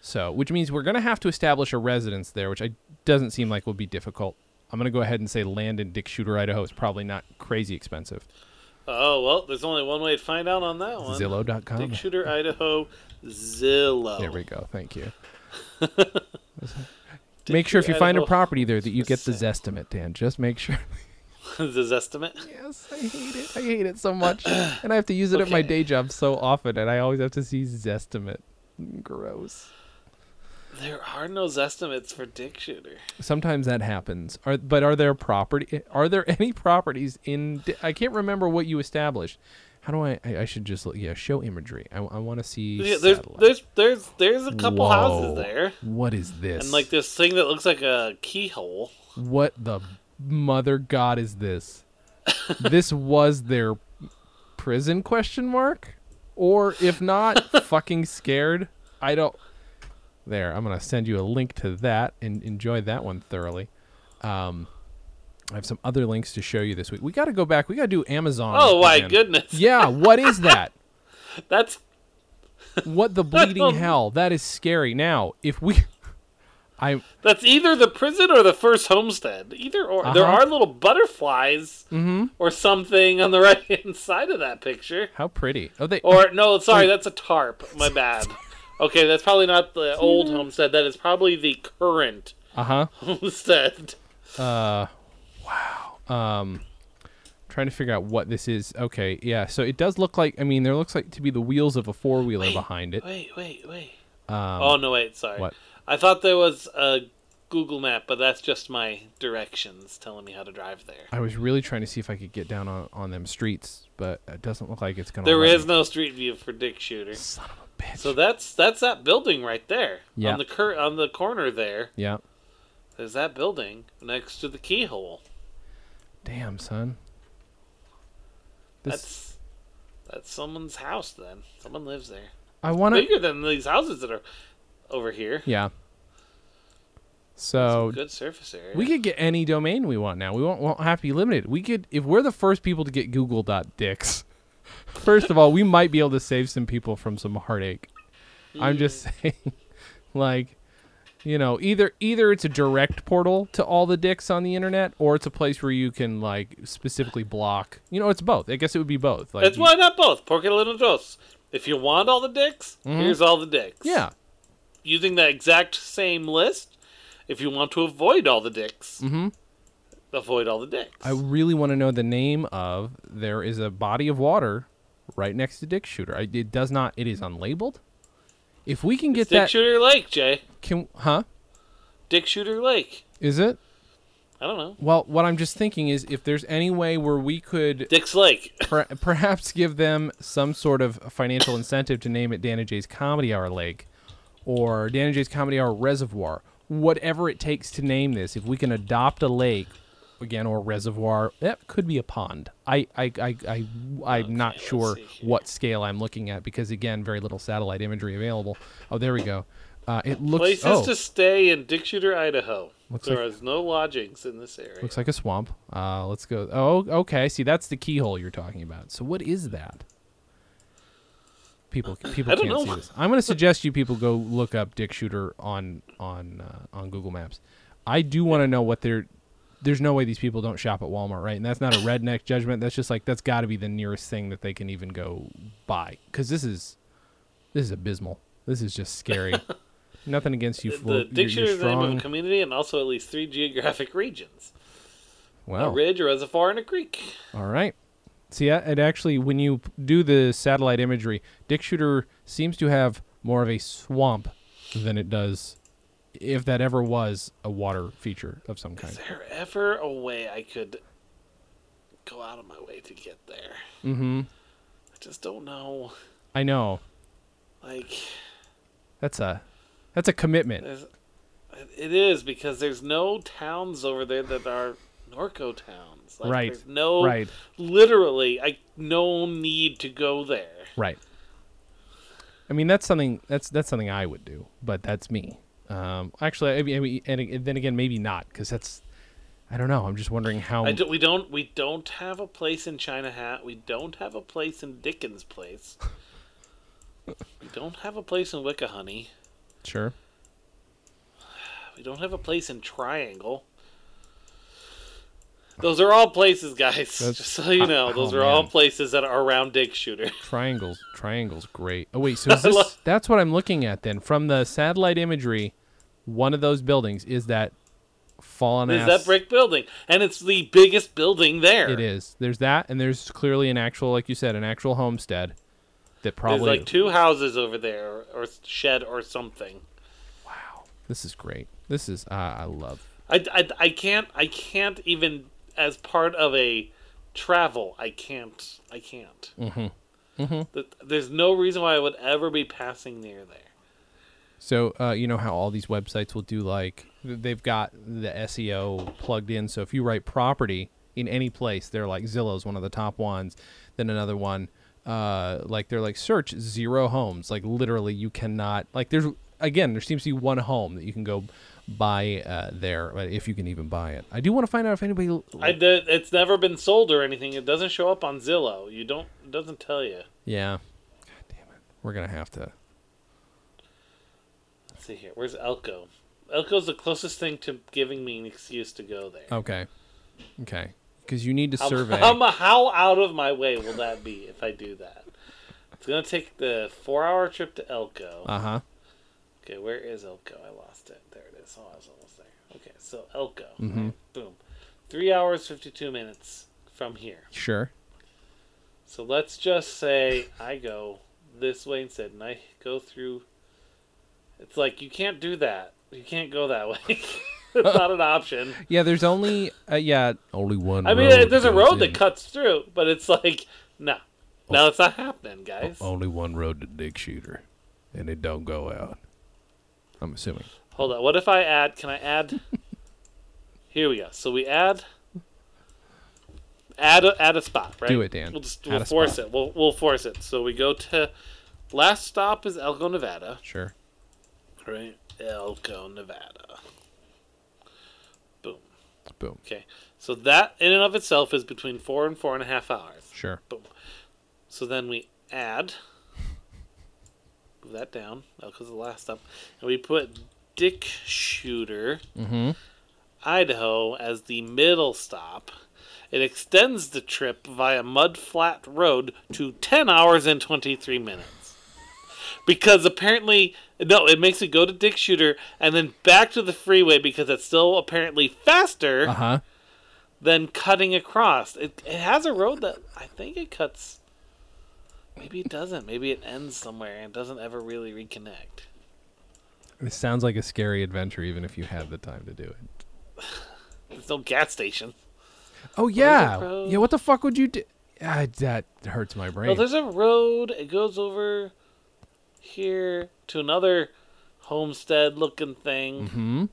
[SPEAKER 2] so which means we're going to have to establish a residence there which i doesn't seem like will be difficult i'm going to go ahead and say land in dick shooter idaho is probably not crazy expensive
[SPEAKER 1] Oh well, there's only one way to find out on that one.
[SPEAKER 2] zillow.com
[SPEAKER 1] Dick Shooter, Idaho, Zillow.
[SPEAKER 2] there we go
[SPEAKER 1] (laughs)
[SPEAKER 2] thank you make sure if you find a
[SPEAKER 1] Idaho.
[SPEAKER 2] property there that you get
[SPEAKER 1] (laughs)
[SPEAKER 2] the zestimate dan just make sure (laughs)
[SPEAKER 1] This estimate.
[SPEAKER 2] Yes, I hate it. I hate it
[SPEAKER 1] (coughs)
[SPEAKER 2] so much. and I have to use it at my
[SPEAKER 1] Okay.
[SPEAKER 2] day job so often, and I always have to see Zestimate. Gross.
[SPEAKER 1] There are no estimates for Dick Shooter.
[SPEAKER 2] Sometimes that happens. Are but are there property? Are there any properties in? Di- I can't remember what you established. How do I? I, I should just look. Yeah, show imagery. I, I want to see.
[SPEAKER 1] Yeah, there's
[SPEAKER 2] satellite.
[SPEAKER 1] there's there's there's a couple
[SPEAKER 2] Whoa.
[SPEAKER 1] houses there,
[SPEAKER 2] What is this?
[SPEAKER 1] and like this thing that looks like a keyhole.
[SPEAKER 2] what the mother god is this? this was their prison question mark? Or if
[SPEAKER 1] (laughs)
[SPEAKER 2] not, fucking scared. I don't There, I'm gonna send you a link to that and enjoy that one thoroughly. Um I have some other links to show you this week. We gotta go back, we gotta do Amazon.
[SPEAKER 1] Oh my
[SPEAKER 2] again.
[SPEAKER 1] goodness,
[SPEAKER 2] Yeah, what is that?
[SPEAKER 1] that's (laughs)
[SPEAKER 2] What the bleeding hell? That is scary. Now, if we (laughs) I
[SPEAKER 1] that's either the prison or the first homestead. Either or, there
[SPEAKER 2] Uh-huh. Mm-hmm.
[SPEAKER 1] are little butterflies or something on the (laughs) right hand side of that picture.
[SPEAKER 2] how pretty. Oh they
[SPEAKER 1] Or no, sorry, that's a tarp. My bad. Okay, that's probably not the old homestead. That is probably the current (laughs)
[SPEAKER 2] uh huh.
[SPEAKER 1] homestead.
[SPEAKER 2] trying to figure out what this is. Okay, yeah. So it does look like I mean there looks like to be the wheels of a four wheeler
[SPEAKER 1] Wait,
[SPEAKER 2] behind it.
[SPEAKER 1] Wait, wait, wait. oh no, wait. Sorry.
[SPEAKER 2] Um, what?
[SPEAKER 1] I thought there was a Google Map, but that's just my directions telling me how to drive there.
[SPEAKER 2] I was really trying to see if I could get down on, on them streets, but it doesn't look like it's gonna.
[SPEAKER 1] There
[SPEAKER 2] let
[SPEAKER 1] is
[SPEAKER 2] me.
[SPEAKER 1] no street view for Dick Shooter.
[SPEAKER 2] Son of a bitch.
[SPEAKER 1] So that's that's that building right there.
[SPEAKER 2] Yeah.
[SPEAKER 1] On the cur- on the corner there,
[SPEAKER 2] yeah.
[SPEAKER 1] there's that building next to the keyhole.
[SPEAKER 2] Damn son. This
[SPEAKER 1] That's that's someone's house then. Someone lives there.
[SPEAKER 2] I want to.
[SPEAKER 1] Bigger than these houses that are over here.
[SPEAKER 2] Yeah. So
[SPEAKER 1] Good surface area.
[SPEAKER 2] we could get any domain we want now. We won't, won't have to be limited. We could if we're the first people to get Google.dicks. First of all, we might be able to save some people from some heartache. I'm just saying, (laughs) like, you know, either either it's a direct portal to all the dicks on the internet, or it's a place where you can like specifically block. You know, it's both. I guess it would be both. Like,
[SPEAKER 1] That's
[SPEAKER 2] you-
[SPEAKER 1] why not both. Porque little dos. If you want all the dicks, here's all the dicks.
[SPEAKER 2] Mm-hmm. Yeah,
[SPEAKER 1] Using that exact same list, if you want to avoid all the dicks, avoid all the dicks.
[SPEAKER 2] Mm-hmm. I really want to know the name of. There is a body of water right next to Dick Shooter. I, it does not. It is unlabeled. If we can get
[SPEAKER 1] Dick
[SPEAKER 2] that,
[SPEAKER 1] Shooter Lake, Jay.
[SPEAKER 2] can huh?
[SPEAKER 1] Dick Shooter Lake.
[SPEAKER 2] Is it?
[SPEAKER 1] I don't know.
[SPEAKER 2] Well, what I'm just thinking is if there's any way where we could
[SPEAKER 1] Dick's Lake.
[SPEAKER 2] per- perhaps give them some sort of financial incentive to name it Dana Jay's Comedy Hour Lake or Dana Jay's Comedy Hour Reservoir. Whatever it takes to name this, if we can adopt a lake again or reservoir, that could be a pond. I I I, I I'm not sure
[SPEAKER 1] see here.
[SPEAKER 2] what scale I'm looking at because again, very little satellite imagery available. Oh, there we go. Uh, it
[SPEAKER 1] (laughs)
[SPEAKER 2] looks
[SPEAKER 1] Places
[SPEAKER 2] oh,
[SPEAKER 1] to stay in Dick Shooter, Idaho.
[SPEAKER 2] Looks
[SPEAKER 1] There
[SPEAKER 2] like
[SPEAKER 1] is no lodgings in this area.
[SPEAKER 2] looks like a swamp. Uh, let's go. Oh, okay. See, that's the keyhole you're talking about. So what is that?
[SPEAKER 1] (laughs)
[SPEAKER 2] People, people
[SPEAKER 1] I don't
[SPEAKER 2] can't see
[SPEAKER 1] know.
[SPEAKER 2] this. I'm going to suggest you people go look up Dick Shooter on on uh, on Google Maps. I do want to know what they're. There's no way these people don't shop at Walmart, right? And that's not a redneck judgment. That's just like that's got to be the nearest thing that they can even go buy because this is this is abysmal. This is just
[SPEAKER 1] (laughs)
[SPEAKER 2] scary. Nothing against you.
[SPEAKER 1] the
[SPEAKER 2] Flo- you're- you're
[SPEAKER 1] dictionary is the name of
[SPEAKER 2] strong.
[SPEAKER 1] a community and also at least three geographic regions a
[SPEAKER 2] Wow.
[SPEAKER 1] ridge, a reservoir, and a creek.
[SPEAKER 2] All right. See, I- it actually, when you p- do the satellite imagery, Dick Shooter seems to have more of a swamp than it does, if that ever was a water feature of some
[SPEAKER 1] Is
[SPEAKER 2] kind.
[SPEAKER 1] there ever a way I could go out of my way to get there?
[SPEAKER 2] Mm-hmm.
[SPEAKER 1] I just don't know.
[SPEAKER 2] I know.
[SPEAKER 1] Like,
[SPEAKER 2] That's a that's a commitment.
[SPEAKER 1] there's- it is because there's no towns over there that are Norco towns. Like,
[SPEAKER 2] Right.
[SPEAKER 1] There's no.
[SPEAKER 2] Right.
[SPEAKER 1] Literally, I no need to go there.
[SPEAKER 2] Right. I mean, that's something that's that's something I would do, but that's me. Um, actually, I mean, I mean, and, and then again, maybe not, because that's I don't know. I'm just wondering how.
[SPEAKER 1] I don't, we don't. We don't have a place in China Hat. We don't have a place in Dickens
[SPEAKER 2] (laughs)
[SPEAKER 1] Place. we don't have a place in Wicca Honey.
[SPEAKER 2] Sure.
[SPEAKER 1] We don't have a place in Triangle. Those are all places, guys. (laughs)
[SPEAKER 2] That's-
[SPEAKER 1] Just so you know,
[SPEAKER 2] oh,
[SPEAKER 1] those are all
[SPEAKER 2] man.
[SPEAKER 1] places that are around Dick Shooter. (laughs)
[SPEAKER 2] Triangles, triangles, great. Oh wait, so is this,
[SPEAKER 1] love-
[SPEAKER 2] that's what I'm looking at then. From the satellite imagery, one of those buildings is that fallen
[SPEAKER 1] Is
[SPEAKER 2] ass.
[SPEAKER 1] that brick building, and it's the biggest building there.
[SPEAKER 2] It is. There's that, and there's clearly an actual, like you said, an actual homestead that
[SPEAKER 1] There's
[SPEAKER 2] probably.
[SPEAKER 1] like two houses over there, or shed, or something.
[SPEAKER 2] wow, this is great. This is uh, I love.
[SPEAKER 1] I, I, I can't I can't even as part of a travel I can't I can't. Mm-hmm. Mm-hmm. there's no reason why I would ever be passing near there.
[SPEAKER 2] So uh, you know how all these websites will do like th- they've got the SEO plugged in. So if you write property in any place, they're like Zillow's one of the top ones. Then another one, uh, like they're like search zero homes. Like literally, you cannot like there's again there seems to be one home that you can go buy uh, there, but if you can even buy it. I do want to find out if anybody. l-
[SPEAKER 1] I did, it's never been sold or anything. It doesn't show up on Zillow. You don't it doesn't tell you.
[SPEAKER 2] yeah. God damn it. We're gonna have to.
[SPEAKER 1] Let's see here. Where's Elko? Elko's the closest thing to giving me an excuse to go there.
[SPEAKER 2] Okay. Okay. Because you need to
[SPEAKER 1] How- (laughs)
[SPEAKER 2] Oh, survey.
[SPEAKER 1] How, mu- how out of my way will that be if I do that? It's gonna take the four-hour trip to Elko.
[SPEAKER 2] Uh huh.
[SPEAKER 1] Okay, where is Elko? I lost it. There it is. Oh, I was almost there. Okay, so Elko.
[SPEAKER 2] Mm-hmm.
[SPEAKER 1] Boom. Three hours, 52 minutes from here.
[SPEAKER 2] Sure.
[SPEAKER 1] So let's just say I go this way instead and I go through. It's like, you can't do that. You can't go that way. (laughs) it's not an option.
[SPEAKER 2] Yeah, there's only uh, yeah only one.
[SPEAKER 1] I mean,
[SPEAKER 2] road
[SPEAKER 1] there's a
[SPEAKER 2] goes
[SPEAKER 1] road that
[SPEAKER 2] in.
[SPEAKER 1] cuts through, but it's like, no. No, it's not happening, guys.
[SPEAKER 2] only one road to Dick Shooter, and it don't go out. I'm assuming.
[SPEAKER 1] Hold on. What if I add? Can I
[SPEAKER 2] (laughs)
[SPEAKER 1] add? Here we go. So we add. Add a, add a spot, right?
[SPEAKER 2] Do it, Dan.
[SPEAKER 1] We'll just
[SPEAKER 2] Add
[SPEAKER 1] we'll
[SPEAKER 2] a
[SPEAKER 1] force
[SPEAKER 2] spot.
[SPEAKER 1] it. We'll we'll force it. So we go to last stop is Elko, Nevada,
[SPEAKER 2] Sure.
[SPEAKER 1] right? Elko, Nevada. Boom.
[SPEAKER 2] Boom.
[SPEAKER 1] Okay. So that in and of itself is between four and four and a half hours.
[SPEAKER 2] Sure.
[SPEAKER 1] Boom. So then we add. Move that down. Elko's the last stop, and we put Dick Shooter.
[SPEAKER 2] Mm-hmm.
[SPEAKER 1] Idaho as the middle stop. It extends the trip via Mud Flat Road to 10 hours and 23 minutes. Because apparently, no, it makes it go to Dick Shooter and then back to the freeway because it's still apparently faster
[SPEAKER 2] Uh huh.
[SPEAKER 1] than cutting across. It, it has a road that I think it cuts. Maybe it doesn't. Maybe it ends somewhere and doesn't ever really reconnect.
[SPEAKER 2] This sounds like a scary adventure, even if you had the time to do it.
[SPEAKER 1] There's no gas station.
[SPEAKER 2] Oh yeah.
[SPEAKER 1] road.
[SPEAKER 2] Yeah. What the fuck would you do? Ah, that hurts my brain.
[SPEAKER 1] No, there's a road. It goes over here to another homestead looking thing,
[SPEAKER 2] hmm.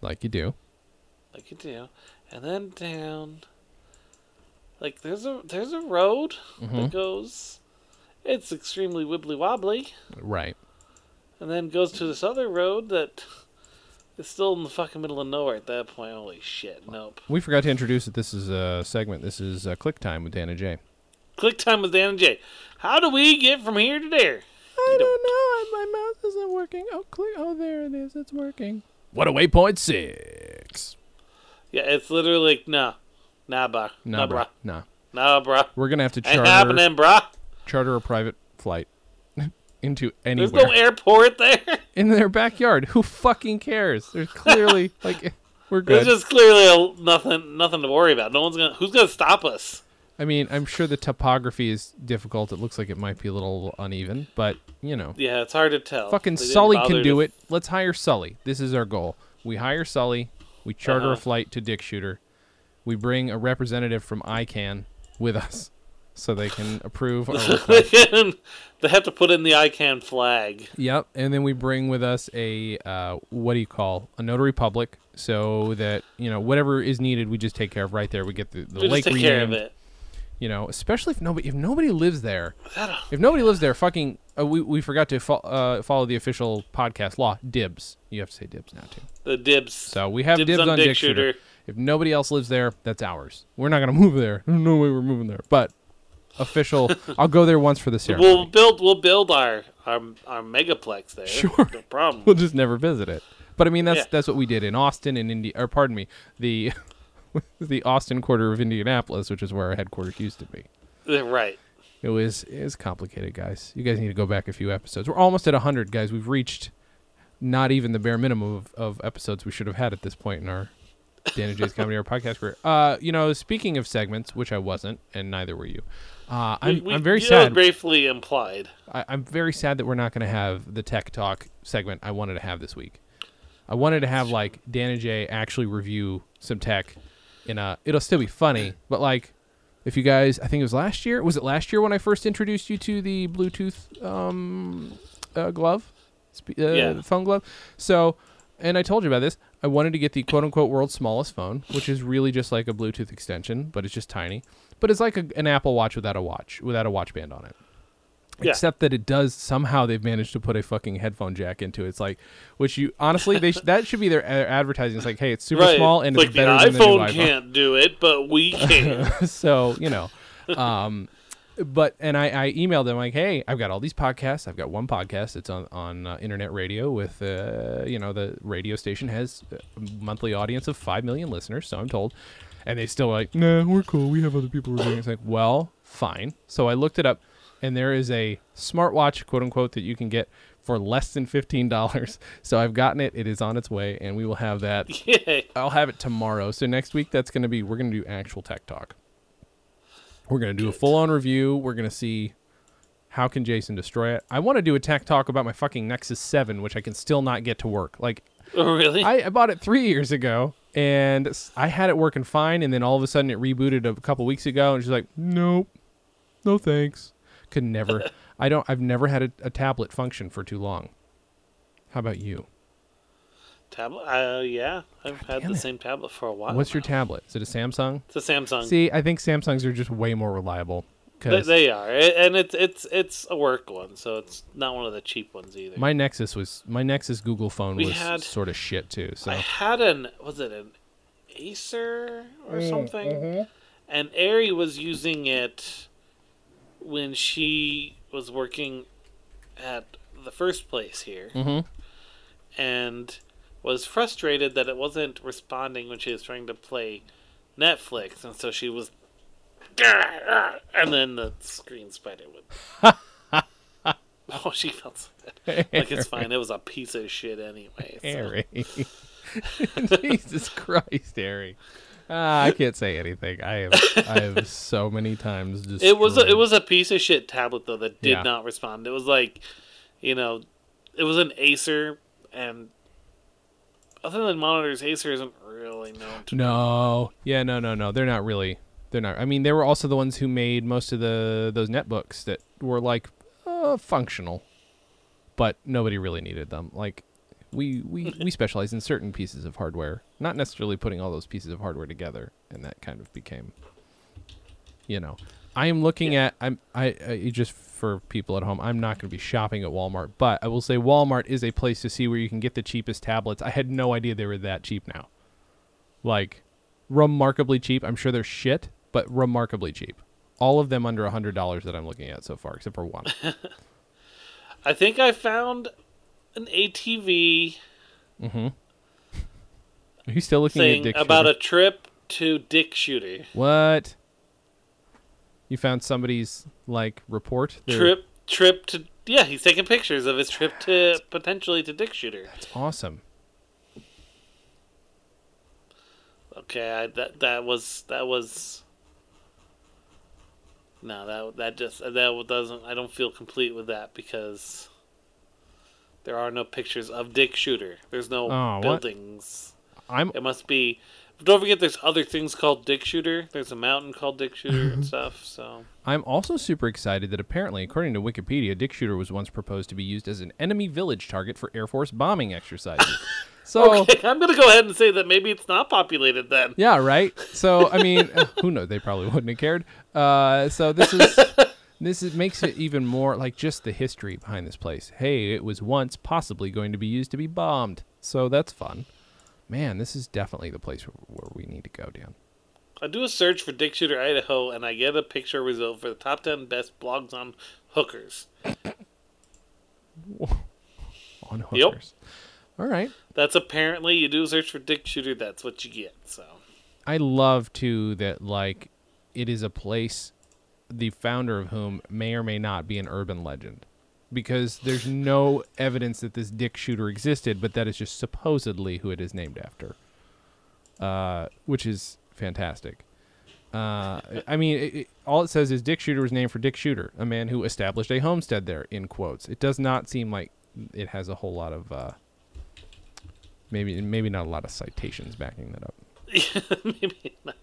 [SPEAKER 2] Like you do.
[SPEAKER 1] like you do, and then down. Like there's a there's a road that goes. It's extremely wibbly wobbly,
[SPEAKER 2] Right.
[SPEAKER 1] and then goes to this other road that It's still in the fucking middle of nowhere at that point. Holy shit! Nope.
[SPEAKER 2] We forgot to introduce that this is a segment. This is uh, Click Time with Dan and Jay.
[SPEAKER 1] Click time with Dan and Jay. How do we get from here to there?
[SPEAKER 2] I don't know. My mouse isn't working. Oh, click. Oh, there it is. It's working. What a waypoint six.
[SPEAKER 1] Yeah, it's literally like, nah, nah, bruh, nah,
[SPEAKER 2] Nah,
[SPEAKER 1] bruh,
[SPEAKER 2] bruh. Nah.
[SPEAKER 1] nah, bruh.
[SPEAKER 2] We're gonna have to
[SPEAKER 1] Ain't
[SPEAKER 2] charter
[SPEAKER 1] happening, bruh.
[SPEAKER 2] charter a private flight (laughs) into anywhere
[SPEAKER 1] There's no airport there. (laughs)
[SPEAKER 2] in their backyard. Who fucking cares? There's
[SPEAKER 1] (laughs)
[SPEAKER 2] clearly like we're good.
[SPEAKER 1] There's just clearly a, nothing, nothing to worry about. No one's gonna. Who's gonna stop us?
[SPEAKER 2] I mean, I'm sure the topography is difficult. It looks like it might be a little uneven, but you know,
[SPEAKER 1] Yeah, it's hard to tell.
[SPEAKER 2] fucking
[SPEAKER 1] They didn't
[SPEAKER 2] Sully
[SPEAKER 1] bother
[SPEAKER 2] can
[SPEAKER 1] to- (laughs)
[SPEAKER 2] do it. Let's hire Sully. This is our goal. We hire Sully. We charter a
[SPEAKER 1] Uh-huh.
[SPEAKER 2] flight to Dick Shooter. We bring a representative from ICANN with us, (laughs) so they can
[SPEAKER 1] (laughs)
[SPEAKER 2] approve our request.
[SPEAKER 1] they have to put in the ICANN flag.
[SPEAKER 2] Yep, and then we bring with us a uh, what do you call a notary public, so that you know whatever is needed, we just take care of right there. We get the, the
[SPEAKER 1] We
[SPEAKER 2] lake
[SPEAKER 1] just take care of
[SPEAKER 2] renamed,
[SPEAKER 1] it.
[SPEAKER 2] you know, especially if nobody if nobody lives there.
[SPEAKER 1] That'll-
[SPEAKER 2] If nobody lives there, fucking uh, we we forgot to fo- uh, follow the official podcast law. Dibs, you have to say dibs now too.
[SPEAKER 1] The dibs.
[SPEAKER 2] So we have dibs,
[SPEAKER 1] Dibs on Dick
[SPEAKER 2] Dick Shooter.
[SPEAKER 1] Shooter.
[SPEAKER 2] If nobody else lives there, that's ours. We're not gonna (laughs) move there. There's no way we're moving there. But
[SPEAKER 1] (laughs)
[SPEAKER 2] official, I'll go there once for the ceremony.
[SPEAKER 1] we'll build. We'll build our our, our megaplex there.
[SPEAKER 2] Sure.
[SPEAKER 1] No problem.
[SPEAKER 2] (laughs) (laughs) we'll just never visit it. But I mean, that's
[SPEAKER 1] Yeah.
[SPEAKER 2] that's what we did in Austin and India, or pardon me, the (laughs) the Austin quarter of Indianapolis, which is where our headquarters used to be.
[SPEAKER 1] Yeah, (laughs) Right.
[SPEAKER 2] It was it was complicated, guys. You guys need to go back a few episodes. We're almost at hundred, guys. We've reached not even the bare minimum of, of episodes we should have had at this point in our Dan and Jay's Comedy Hour podcast career. Uh, you know, speaking of segments, which I wasn't, and neither were you. Uh, I'm,
[SPEAKER 1] We-
[SPEAKER 2] I'm very
[SPEAKER 1] you know,
[SPEAKER 2] sad.
[SPEAKER 1] briefly implied.
[SPEAKER 2] I, I'm very sad that we're not going to have the tech talk segment I wanted to have this week. I wanted to have like Dan and Jay actually review some tech, and uh, it'll still be funny. But like, if you guys, I think it was last year. Was it last year when I first introduced you to the Bluetooth um, uh, glove, Spe- uh,
[SPEAKER 1] Yeah.
[SPEAKER 2] phone glove? So, and I told you about this. I wanted to get the quote unquote world's smallest phone, which is really just like a Bluetooth extension, but it's just tiny. But it's like a, an Apple Watch without a watch, without a watch band on it
[SPEAKER 1] Yeah.
[SPEAKER 2] except that it does somehow they've managed to put a fucking headphone jack into it. It's like, which you honestly they sh- that should be their a- advertising. It's like, hey, it's super
[SPEAKER 1] right.
[SPEAKER 2] small and
[SPEAKER 1] like
[SPEAKER 2] it's
[SPEAKER 1] the
[SPEAKER 2] better than
[SPEAKER 1] iPhone
[SPEAKER 2] the new iPhone.
[SPEAKER 1] can't do it, but
[SPEAKER 2] (laughs)
[SPEAKER 1] we can. (laughs)
[SPEAKER 2] so you know, um, but and I, I emailed them like, hey, I've got all these podcasts. I've got one podcast. It's on on uh, internet radio with uh, you know the radio station has a monthly audience of five million listeners, so I'm told. And they still like, nah, we're cool. We have other people reviewing. It's like, well, fine. So I looked it up, and there is a smartwatch, quote unquote, that you can get for less than fifteen dollars. So I've gotten it. It is on its way, and we will have that
[SPEAKER 1] yeah.
[SPEAKER 2] I'll have it tomorrow. So next week, that's going to be we're going to do actual tech talk. We're going to do a full on review. We're going to see how can Jason destroy it. I want to do a tech talk about my fucking Nexus Seven, which I can still not get to work. Like
[SPEAKER 1] Oh, really?
[SPEAKER 2] I, I bought it three years ago and s- I had it working fine, and then all of a sudden it rebooted a couple weeks ago, and she's like, nope, no thanks. Could never. I don't. I've never had a, a tablet function for too long. How about you?
[SPEAKER 1] tablet. Uh, yeah, I've had
[SPEAKER 2] damn
[SPEAKER 1] the
[SPEAKER 2] it.
[SPEAKER 1] same tablet for a while.
[SPEAKER 2] What's your
[SPEAKER 1] now.
[SPEAKER 2] tablet? Is it a Samsung?
[SPEAKER 1] It's a Samsung.
[SPEAKER 2] See, I think Samsungs are just way more reliable.
[SPEAKER 1] They,
[SPEAKER 2] Because
[SPEAKER 1] they are, A- and it's it's it's a work one, so it's not one of the cheap ones either.
[SPEAKER 2] my Nexus was my Nexus Google phone
[SPEAKER 1] We
[SPEAKER 2] was
[SPEAKER 1] had-
[SPEAKER 2] sort of shit too. So
[SPEAKER 1] I
[SPEAKER 2] (laughs)
[SPEAKER 1] had an was it an Acer or something, and Ari was using it when she was working at the first place here, and was frustrated that it wasn't responding when she was trying to play Netflix, and so she was. (laughs) And then the screen spider would. (laughs) oh, she felt so bad. Like, it's fine. It was a piece of shit anyway. so-
[SPEAKER 2] Harry, (laughs) Jesus Christ, Harry. Ah, I can't say anything. I have
[SPEAKER 1] (laughs)
[SPEAKER 2] I have so many times just
[SPEAKER 1] It was a, it was a piece of shit tablet though that did
[SPEAKER 2] Um, Yeah.
[SPEAKER 1] not respond. It was like, you know, it was an Acer, and other than monitors, Acer isn't really known to.
[SPEAKER 2] No, yeah, no, no, no. They're not really. They're not. I mean, they were also the ones who made most of the those netbooks that were like uh, functional, but nobody really needed them. Like we we we specialize in certain pieces of hardware, not necessarily putting all those pieces of hardware together, and that kind of became, you know, I am looking at I'm I, I just for people at home. I'm not going to be shopping at Walmart, but I will say Walmart is a place to see where you can get the cheapest tablets. I had no idea they were that cheap now. Like remarkably cheap. I'm sure they're shit, but remarkably cheap. All of them under $100 that I'm looking at so far except for one.
[SPEAKER 1] I think I found an ATV
[SPEAKER 2] Are you still looking at
[SPEAKER 1] thing
[SPEAKER 2] Dick
[SPEAKER 1] about
[SPEAKER 2] Shooter?
[SPEAKER 1] a trip to Dick Shooter.
[SPEAKER 2] What? You found somebody's like report? Their-
[SPEAKER 1] Trip, trip to yeah. He's taking pictures of his trip to potentially to Dick Shooter.
[SPEAKER 2] It's awesome.
[SPEAKER 1] Okay, I, that that was that was. No, that that just that doesn't. I don't feel complete with that because there are no pictures of Dick Shooter. There's no
[SPEAKER 2] Oh, what?
[SPEAKER 1] buildings.
[SPEAKER 2] I'm
[SPEAKER 1] It must be. Don't forget, there's other things called Dick Shooter. There's a mountain called Dick Shooter
[SPEAKER 2] (laughs)
[SPEAKER 1] and stuff. So
[SPEAKER 2] I'm also super excited that apparently, according to Wikipedia, Dick Shooter was once proposed to be used as an enemy village target for Air Force bombing exercises. (laughs)
[SPEAKER 1] (laughs)
[SPEAKER 2] So,
[SPEAKER 1] I'm gonna go ahead and say that maybe it's not populated then.
[SPEAKER 2] yeah, right. So, I mean, (laughs) uh, who knows? They probably wouldn't have cared. Uh, so this is this is, makes it even more like just the history behind this place. Hey, it was once possibly going to be used to be bombed. So that's fun. Man, this is definitely the place where, where we need to go, Dan.
[SPEAKER 1] I do a search for Dick Shooter Idaho and I get a picture result for the top 10 best blogs on hookers.
[SPEAKER 2] On hookers. All right.
[SPEAKER 1] That's apparently you do a search for Dick Shooter, that's what you get. So (laughs)
[SPEAKER 2] I love too that like it is a place the founder of whom may or may not be an urban legend because there's no evidence that this dick shooter existed but that is just supposedly who it is named after uh, which is fantastic uh, i mean it, it, all it says is dick shooter was named for dick shooter a man who established a homestead there in quotes it does not seem like it has a whole lot of uh, maybe maybe not a lot of citations backing that up
[SPEAKER 1] maybe not.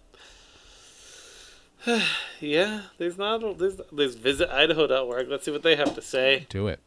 [SPEAKER 1] (sighs) yeah, there's not a, there's there's visitidaho.org. Let's see what they have to say.
[SPEAKER 2] Do it.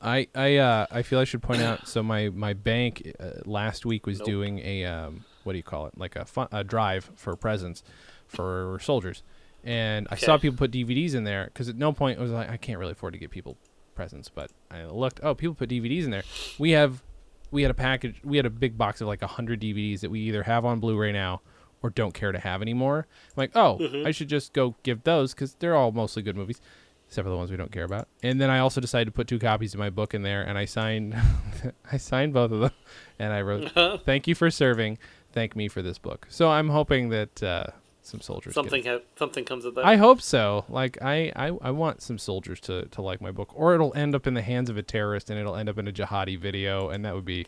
[SPEAKER 2] I I uh, I feel I should point out. So my my bank uh, last week was
[SPEAKER 1] Nope.
[SPEAKER 2] doing a um, what do you call it? Like a fun, a drive for presents for soldiers, and I saw
[SPEAKER 1] Okay.
[SPEAKER 2] people put DVDs in there because at no point was like I can't really afford to get people presents, but I looked. Oh, people put DVDs in there. We have we had a package. We had a big box of like hundred DVDs that we either have on Blu-ray now or don't care to have anymore. I'm like, oh, I should just go give those because they're all mostly good movies, except for the ones we don't care about. And then I also decided to put two copies of my book in there, and I signed, (laughs) I signed both of them, and I wrote, "Thank you for serving. Thank me for this book." So I'm hoping that uh, some soldiers get
[SPEAKER 1] Something ha- something comes of that.
[SPEAKER 2] I hope so. Like I, I, I want some soldiers to, to like my book, or it'll end up in the hands of a terrorist, and it'll end up in a jihadi video, and that
[SPEAKER 1] (laughs)
[SPEAKER 2] would be.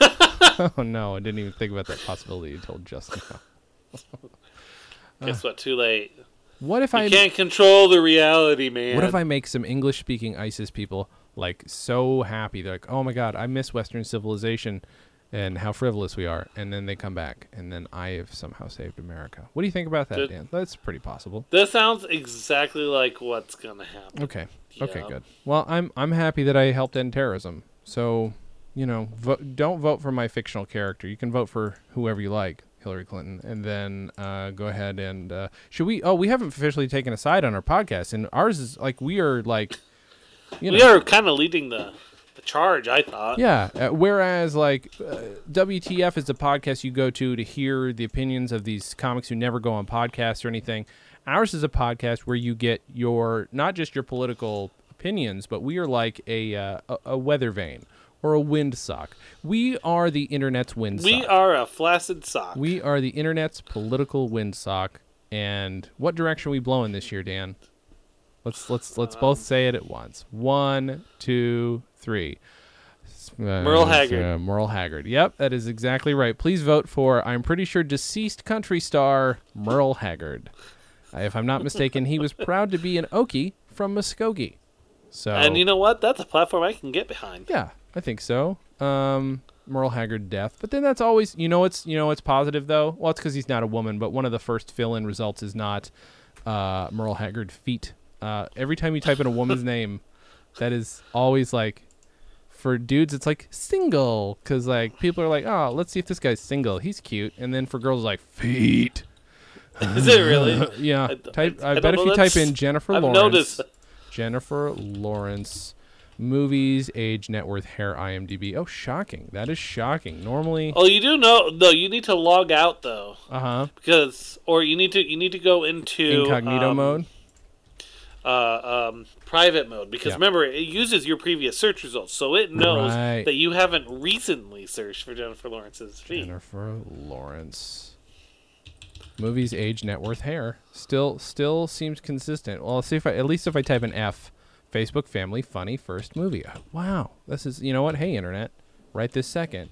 [SPEAKER 2] oh no! I didn't even think about that possibility until just now.
[SPEAKER 1] Guess
[SPEAKER 2] uh,
[SPEAKER 1] what? Too late. You
[SPEAKER 2] What if I?
[SPEAKER 1] can't control the reality, man.
[SPEAKER 2] What if I make some English speaking ISIS people like so happy? They're like, oh my god, I miss Western civilization, and how frivolous we are. And then they come back, and then I have somehow saved America. What do you think about that,
[SPEAKER 1] Good.
[SPEAKER 2] Dan? That's pretty possible.
[SPEAKER 1] This sounds exactly like what's gonna happen.
[SPEAKER 2] Okay. Okay.
[SPEAKER 1] Yeah.
[SPEAKER 2] Good. Well, I'm I'm happy that I helped end terrorism. So, you know, vo- don't vote for my fictional character. You can vote for whoever you like, Hillary Clinton, and then uh, go ahead and uh, should we? Oh, we haven't officially taken a side on our podcast, and ours is like we are like, you know,
[SPEAKER 1] We are kind of leading the, the charge, I thought.
[SPEAKER 2] yeah. Uh, whereas, like, uh, WTF is the podcast you go to to hear the opinions of these comics who never go on podcasts or anything. Ours is a podcast where you get your not just your political opinions, but we are like a uh, a, a weather vane or a windsock. We are the internet's windsock.
[SPEAKER 1] We are a flaccid sock.
[SPEAKER 2] we are the internet's political windsock. And what direction are we blowing this year, Dan? Let's let's let's
[SPEAKER 1] Um,
[SPEAKER 2] both say it at once. One, two, three. Uh,
[SPEAKER 1] Merle
[SPEAKER 2] it's,
[SPEAKER 1] Haggard.
[SPEAKER 2] uh, Merle Haggard. Yep, that is exactly right. Please vote for, I'm pretty sure, deceased country star Merle Haggard. Uh, if I'm not mistaken, he was proud to be an Okie from Muskogee. So,
[SPEAKER 1] And you know what? That's a platform I can get behind.
[SPEAKER 2] yeah, I think so. Um, Merle Haggard death, but then that's always you know it's you know it's positive though. Well, it's because he's not a woman, but one of the first fill-in results is not uh, Merle Haggard feet. Uh, every time you type in
[SPEAKER 1] (laughs)
[SPEAKER 2] a woman's name, that is always like for dudes it's like single because like people are like oh let's see if this guy's single he's cute and then for girls like feet
[SPEAKER 1] Is it
[SPEAKER 2] (laughs)
[SPEAKER 1] really?
[SPEAKER 2] Yeah.
[SPEAKER 1] I-
[SPEAKER 2] type.
[SPEAKER 1] I-
[SPEAKER 2] I,
[SPEAKER 1] I
[SPEAKER 2] bet
[SPEAKER 1] don't
[SPEAKER 2] if
[SPEAKER 1] know,
[SPEAKER 2] you type
[SPEAKER 1] that's-
[SPEAKER 2] in Jennifer
[SPEAKER 1] I've
[SPEAKER 2] Lawrence,
[SPEAKER 1] noticed.
[SPEAKER 2] Jennifer Lawrence, movies, age, net worth, hair, IMDb. Oh, shocking! That is shocking. Normally,
[SPEAKER 1] Oh, you do know? No, you need to log out though,
[SPEAKER 2] uh huh.
[SPEAKER 1] because or you need to you need to go into
[SPEAKER 2] Incognito
[SPEAKER 1] um,
[SPEAKER 2] mode.
[SPEAKER 1] uh, um, private mode because
[SPEAKER 2] Yeah.
[SPEAKER 1] remember it uses your previous search results, so it knows
[SPEAKER 2] Right.
[SPEAKER 1] that you haven't recently searched for Jennifer Lawrence's feet.
[SPEAKER 2] Jennifer Lawrence. Movies, age, net worth, hair. Still, still seems consistent. Well, I'll see if I at least if I type in F, Facebook family funny first movie. Oh, wow, this is you know what? Hey, internet, right this second.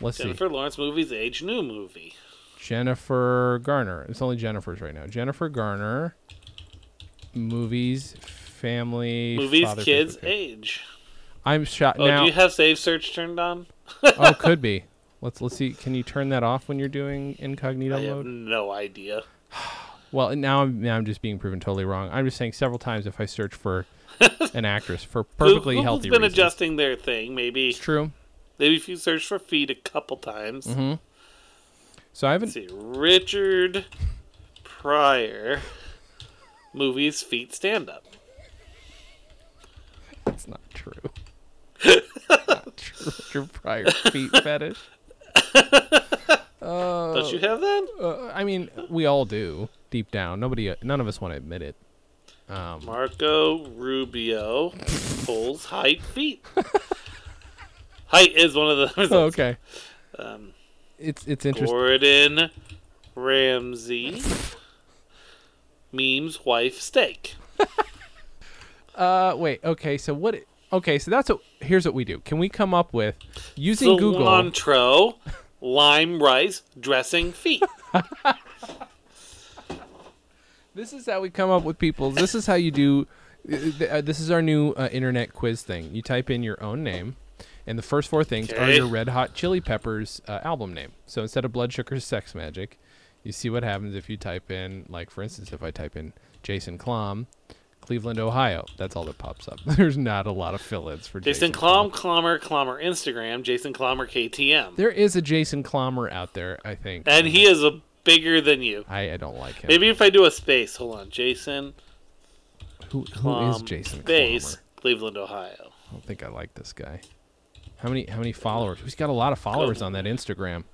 [SPEAKER 2] Let's see.
[SPEAKER 1] Jennifer Lawrence movies, age new movie.
[SPEAKER 2] Jennifer Garner. It's only Jennifer's right now. Jennifer Garner. Movies, family,
[SPEAKER 1] Movies,
[SPEAKER 2] father,
[SPEAKER 1] kids,
[SPEAKER 2] Facebook page.
[SPEAKER 1] age.
[SPEAKER 2] I'm shot
[SPEAKER 1] Oh,
[SPEAKER 2] now.
[SPEAKER 1] do you have save search turned on? (laughs)
[SPEAKER 2] oh, could be. Let's let's see. Can you turn that off when you're doing incognito
[SPEAKER 1] I
[SPEAKER 2] mode?
[SPEAKER 1] have no idea.
[SPEAKER 2] Well, and now I'm now I'm just being proven totally wrong. I'm just saying several times if I search
[SPEAKER 1] (laughs)
[SPEAKER 2] for an actress for perfectly
[SPEAKER 1] Google's
[SPEAKER 2] healthy
[SPEAKER 1] been
[SPEAKER 2] reasons.
[SPEAKER 1] adjusting their thing. Maybe
[SPEAKER 2] It's true.
[SPEAKER 1] maybe if you search for feet a couple times.
[SPEAKER 2] So I haven't.
[SPEAKER 1] Let's see, Richard Pryor movies feet stand up.
[SPEAKER 2] That's not
[SPEAKER 1] (laughs)
[SPEAKER 2] true. not true. Your prior feet fetish.
[SPEAKER 1] Don't you have that?
[SPEAKER 2] Uh, I mean, we all do deep down. Nobody, none of us want to admit it. Oh.
[SPEAKER 1] Marco Rubio pulls height feet. height is one of the (laughs)
[SPEAKER 2] Oh, okay.
[SPEAKER 1] Um,
[SPEAKER 2] It's it's interesting.
[SPEAKER 1] Gordon Ramsay memes wife steak.
[SPEAKER 2] Uh, wait. Okay. So what? Okay. So that's what. Here's what we do. Can we come up with using Google?
[SPEAKER 1] Cilantro, lime rice, dressing
[SPEAKER 2] (laughs)
[SPEAKER 1] feet.
[SPEAKER 2] This is how we come up with people. This is how you do. Uh, this is our new uh, internet quiz thing. You type in your own name, and the first four things are
[SPEAKER 1] Okay.
[SPEAKER 2] your Red Hot Chili Peppers uh, album name. So instead of Blood Sugar Sex Magic, you see what happens if you type in, like for instance, if I type in Jason Klom, Cleveland, Ohio. That's all that pops up. (laughs) There's not a lot of fill-ins for Jason,
[SPEAKER 1] Jason Klom, Clommer, Clommer Instagram, Jason Clommer KTM.
[SPEAKER 2] There is a Jason Klommer out there, I think.
[SPEAKER 1] and he is a bigger than you.
[SPEAKER 2] I, I don't like him.
[SPEAKER 1] Maybe if I do a space, hold on, Jason.
[SPEAKER 2] who, who is
[SPEAKER 1] um,
[SPEAKER 2] Jason
[SPEAKER 1] Space,
[SPEAKER 2] Klommer?
[SPEAKER 1] Cleveland, Ohio.
[SPEAKER 2] I don't think I like this guy. How many how many followers? He's got a lot of followers on that Instagram.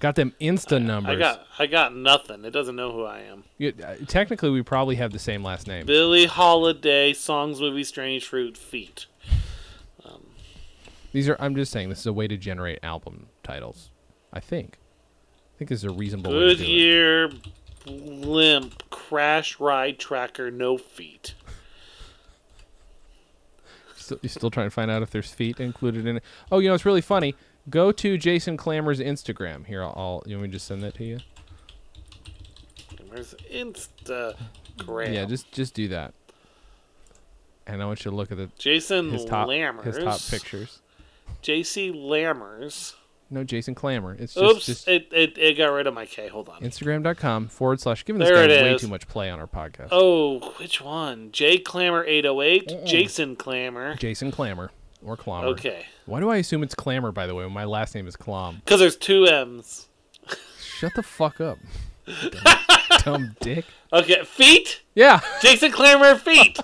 [SPEAKER 2] Got them Insta numbers.
[SPEAKER 1] I got, I got nothing. It doesn't know who I am.
[SPEAKER 2] You- uh, technically, we probably have the same last name.
[SPEAKER 1] Billie Holiday, songs, movie, strange fruit, feet.
[SPEAKER 2] These are. I'm just saying this is a way to generate album titles. I think. I think this is a reasonable way to
[SPEAKER 1] Good
[SPEAKER 2] do it.
[SPEAKER 1] year, limp, crash, ride, tracker, no feet.
[SPEAKER 2] Still, you still trying to find out if there's feet included in it. Oh, you know it's really funny. Go to Jason Clammer's Instagram. Here, I'll. I'll you want me to just send that to you?
[SPEAKER 1] There's Instagram.
[SPEAKER 2] Yeah, just just do that. And I want you to look at the
[SPEAKER 1] Jason
[SPEAKER 2] his top
[SPEAKER 1] Lammers.
[SPEAKER 2] his top pictures.
[SPEAKER 1] JC Lammers.
[SPEAKER 2] No, Jason Clammer. It's just
[SPEAKER 1] Oops,
[SPEAKER 2] just
[SPEAKER 1] it, it it got rid of my K. Hold on.
[SPEAKER 2] Instagram.com forward slash giving this
[SPEAKER 1] There
[SPEAKER 2] guy
[SPEAKER 1] it
[SPEAKER 2] way
[SPEAKER 1] is.
[SPEAKER 2] too much play on our podcast.
[SPEAKER 1] Oh, which one? J Clammer 808, Jason Clammer.
[SPEAKER 2] Jason Clammer or Clammer.
[SPEAKER 1] Okay.
[SPEAKER 2] Why do I assume it's Clammer, by the way, when my last name is Clom?
[SPEAKER 1] Cuz there's two M's.
[SPEAKER 2] Shut the fuck
[SPEAKER 1] (laughs)
[SPEAKER 2] up. dumb, dumb dick.
[SPEAKER 1] Okay, feet?
[SPEAKER 2] Yeah.
[SPEAKER 1] Jason Clammer
[SPEAKER 2] (laughs)
[SPEAKER 1] feet.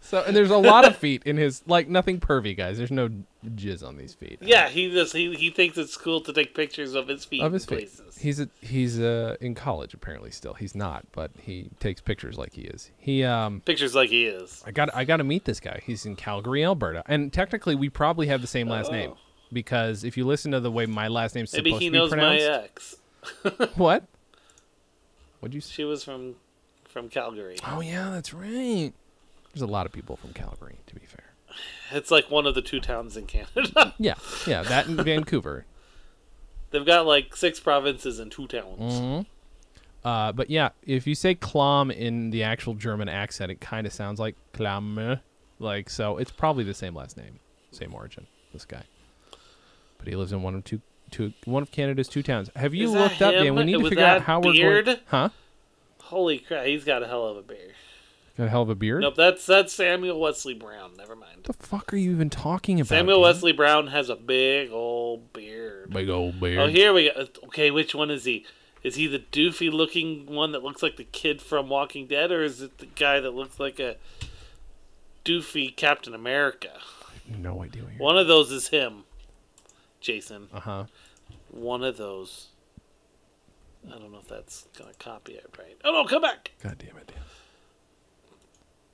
[SPEAKER 2] So and there's a lot of feet in his like nothing pervy, guys. There's no jizz on these feet.
[SPEAKER 1] yeah, he just he, he thinks it's cool to take pictures of his feet
[SPEAKER 2] Of his
[SPEAKER 1] in
[SPEAKER 2] feet.
[SPEAKER 1] places.
[SPEAKER 2] He's a, he's uh in college apparently still. He's not, but he takes pictures like he is. He um
[SPEAKER 1] Pictures like he is.
[SPEAKER 2] I got I got to meet this guy. He's in Calgary, Alberta, and technically we probably have the same last name because if you listen to the way my last name's
[SPEAKER 1] Oh. Maybe
[SPEAKER 2] supposed
[SPEAKER 1] he
[SPEAKER 2] to be
[SPEAKER 1] knows my uh,
[SPEAKER 2] pronounced,
[SPEAKER 1] ex.
[SPEAKER 2] (laughs) what? What'd you say?
[SPEAKER 1] She was from from Calgary.
[SPEAKER 2] Oh yeah, that's right. There's a lot of people from Calgary, to be fair.
[SPEAKER 1] It's like one of the two towns in Canada. (laughs)
[SPEAKER 2] Yeah, yeah, that in Vancouver.
[SPEAKER 1] They've got like six provinces and two towns.
[SPEAKER 2] Mm-hmm. Uh, but yeah, if you say Klom in the actual German accent, it kind of sounds like Klamme. Like so, it's probably the same last name, same origin. This guy, but he lives in one of two, two one of Canada's two towns. Have you
[SPEAKER 1] Is that
[SPEAKER 2] looked up? Yeah,
[SPEAKER 1] him
[SPEAKER 2] we need to
[SPEAKER 1] with
[SPEAKER 2] figure out
[SPEAKER 1] that
[SPEAKER 2] how we're going.
[SPEAKER 1] beard?
[SPEAKER 2] Huh?
[SPEAKER 1] Holy crap, he's got a hell of a beard.
[SPEAKER 2] Got a hell of a beard.
[SPEAKER 1] Nope, that's that's Samuel Wesley Brown. Never mind.
[SPEAKER 2] What the fuck are you even talking about?
[SPEAKER 1] Samuel
[SPEAKER 2] dude?
[SPEAKER 1] Wesley Brown has a big old beard.
[SPEAKER 2] Big old beard.
[SPEAKER 1] Oh, here we go. Okay, which one is he? Is he the doofy looking one that looks like the kid from Walking Dead, or is it the guy that looks like a doofy Captain America?
[SPEAKER 2] No idea. What you're...
[SPEAKER 1] One of those is him, Jason.
[SPEAKER 2] Uh huh.
[SPEAKER 1] One of those. I don't know if that's gonna copy it right. Oh no, come back.
[SPEAKER 2] God damn it. Dan.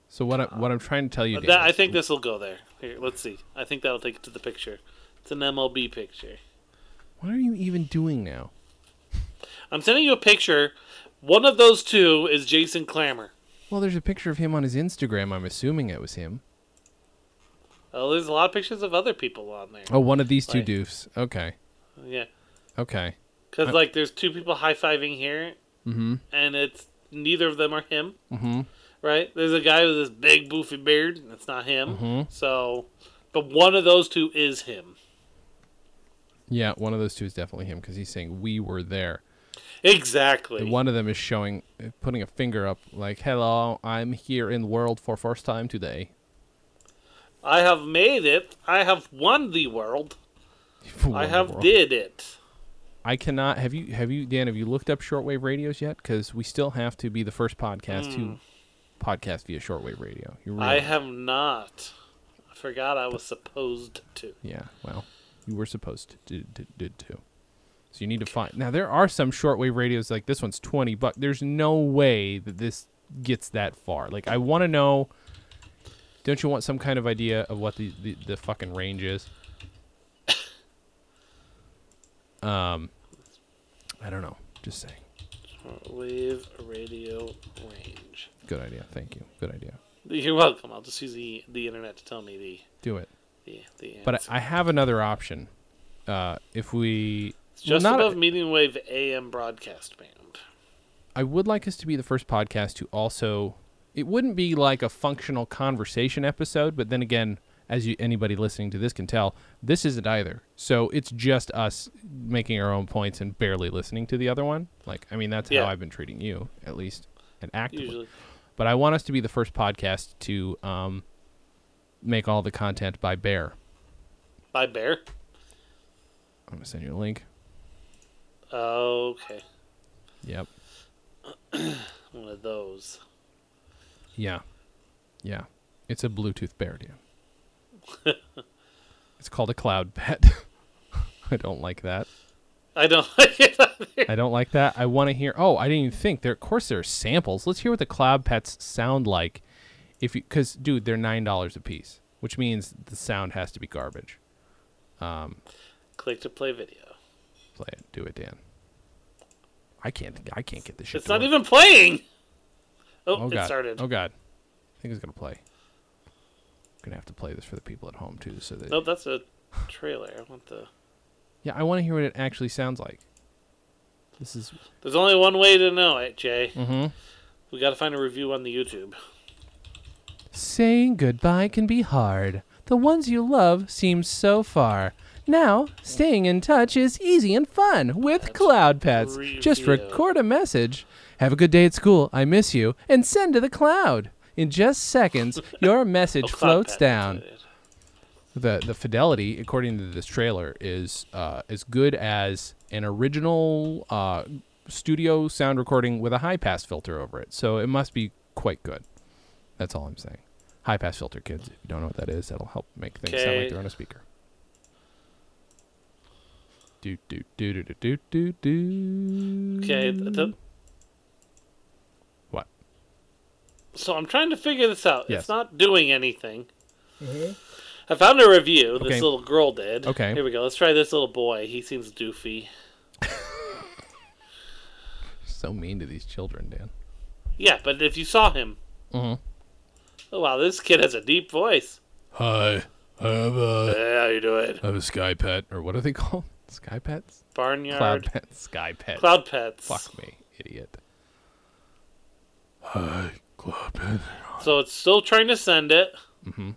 [SPEAKER 2] So what? I, what I'm trying to tell you, Dan,
[SPEAKER 1] Uh, That, I think this will go there. Here, let's see. I think that'll take it to the picture. It's an MLB picture.
[SPEAKER 2] what are you even doing now?
[SPEAKER 1] I'm sending you a picture. One of those two is Jason Clammer.
[SPEAKER 2] Well, there's a picture of him on his Instagram. I'm assuming it was him.
[SPEAKER 1] Oh, there's a lot of pictures of other people on there.
[SPEAKER 2] Oh, one of these two
[SPEAKER 1] Right.
[SPEAKER 2] doofs. Okay.
[SPEAKER 1] Yeah,
[SPEAKER 2] Okay.
[SPEAKER 1] because like there's two people high fiving here, and it's neither of them are him.
[SPEAKER 2] Mm-hmm.
[SPEAKER 1] Right? There's a guy with this big boofy beard, and it's not him.
[SPEAKER 2] Mm-hmm.
[SPEAKER 1] So, but one of those two is him.
[SPEAKER 2] Yeah, one of those two is definitely him because he's saying we were there.
[SPEAKER 1] Exactly.
[SPEAKER 2] And one of them is showing, uh, putting a finger up, like, "Hello, I'm here in the world for first time today." (laughs)
[SPEAKER 1] I have made it. I have won the world. I have
[SPEAKER 2] World.
[SPEAKER 1] did it.
[SPEAKER 2] I cannot. Have you? Have you, Dan? Have you looked up shortwave radios yet? Because we still have to be the first podcast to podcast via shortwave radio. You
[SPEAKER 1] Hmm. I
[SPEAKER 2] realize-
[SPEAKER 1] have not. I forgot I was supposed to.
[SPEAKER 2] Yeah. Well, you were supposed to to, to, to. So you need to find. Now there are some shortwave radios like this one's twenty bucks. There's no way that this gets that far. Like I want to know. Don't you want some kind of idea of what the, the, the fucking range is? (coughs) Um, I don't know. Just saying.
[SPEAKER 1] Wave radio range.
[SPEAKER 2] Good idea. Thank you. Good idea.
[SPEAKER 1] You're welcome. I'll just use the, the internet to tell me
[SPEAKER 2] Do it.
[SPEAKER 1] the the, the
[SPEAKER 2] But
[SPEAKER 1] answer.
[SPEAKER 2] I, I have another option. Uh, if we
[SPEAKER 1] It's just
[SPEAKER 2] well, not-
[SPEAKER 1] above medium wave AM broadcast band.
[SPEAKER 2] I would like us to be the first podcast to also. It wouldn't be like a functional conversation episode, but then again, as you, anybody listening to this can tell, this isn't either. So it's just us making our own points and barely listening to the other one. Like, I mean, that's
[SPEAKER 1] Yeah.
[SPEAKER 2] how I've been treating you, at least, and actively.
[SPEAKER 1] Usually,
[SPEAKER 2] But I want us to be the first podcast to um, make all the content by Bear.
[SPEAKER 1] by Bear.
[SPEAKER 2] I'm gonna send you a link.
[SPEAKER 1] Okay,
[SPEAKER 2] Yep.
[SPEAKER 1] one of those.
[SPEAKER 2] Yeah. Yeah. It's a Bluetooth bear,
[SPEAKER 1] (laughs)
[SPEAKER 2] Dan. it's called a cloud pet. (laughs) I don't like that.
[SPEAKER 1] I don't (laughs) like it either.
[SPEAKER 2] I don't like that. I want to hear. Oh, I didn't even think. There, of course, there are samples. Let's hear what the cloud pets sound like. If you, because dude, they're nine dollars a piece, which means the sound has to be garbage.
[SPEAKER 1] Click to play video.
[SPEAKER 2] Play it. Do it, Dan. I can't. I can't get this shit.
[SPEAKER 1] It's
[SPEAKER 2] to
[SPEAKER 1] not
[SPEAKER 2] work.
[SPEAKER 1] even playing. Oh,
[SPEAKER 2] Oh
[SPEAKER 1] it
[SPEAKER 2] god.
[SPEAKER 1] started.
[SPEAKER 2] Oh god. I think it's gonna play. I'm gonna have to play this for the people at home too, so that
[SPEAKER 1] Nope, that's a trailer. I want the.
[SPEAKER 2] Yeah, I want to hear what it actually sounds like. This is
[SPEAKER 1] There's only one way to know it, Jay.
[SPEAKER 2] Mhm.
[SPEAKER 1] We got to find a review on the YouTube.
[SPEAKER 2] saying goodbye can be hard. The ones you love seem so far. Now, staying in touch is easy and fun with Cloud Pets. Just
[SPEAKER 1] review.
[SPEAKER 2] record a message. Have a good day at school. I miss you. And send to the cloud. In just seconds, your message
[SPEAKER 1] Cloud
[SPEAKER 2] floats
[SPEAKER 1] Pet,
[SPEAKER 2] down.
[SPEAKER 1] that's it.
[SPEAKER 2] the the fidelity according to this trailer is uh, as good as an original uh, studio sound recording with a high pass filter over it so it must be quite good that's all i'm saying high pass filter kids if you don't know what that is that'll help make things sound
[SPEAKER 1] Okay.
[SPEAKER 2] like they're on a speaker do do do do do do do
[SPEAKER 1] Okay. th- th-
[SPEAKER 2] what
[SPEAKER 1] so I'm trying to figure this out.
[SPEAKER 2] Yes.
[SPEAKER 1] It's not doing anything. I found a review. This
[SPEAKER 2] Okay.
[SPEAKER 1] little girl did.
[SPEAKER 2] Okay.
[SPEAKER 1] Here we go. Let's try this little boy. He seems doofy.
[SPEAKER 2] so mean to these children dan
[SPEAKER 1] Yeah, but if you saw him. Mm-hmm.
[SPEAKER 2] Mhm.
[SPEAKER 1] Oh, wow. This kid has a deep voice.
[SPEAKER 2] hi i have a,
[SPEAKER 1] Hey, how you doing?
[SPEAKER 2] I have a sky pet or what are they (laughs) called sky pets
[SPEAKER 1] Barnyard.
[SPEAKER 2] Cloud pets, sky pets.
[SPEAKER 1] Cloud pets.
[SPEAKER 2] Fuck me, idiot. Hi, cloud pet.
[SPEAKER 1] So it's still trying to send it.
[SPEAKER 2] Mhm.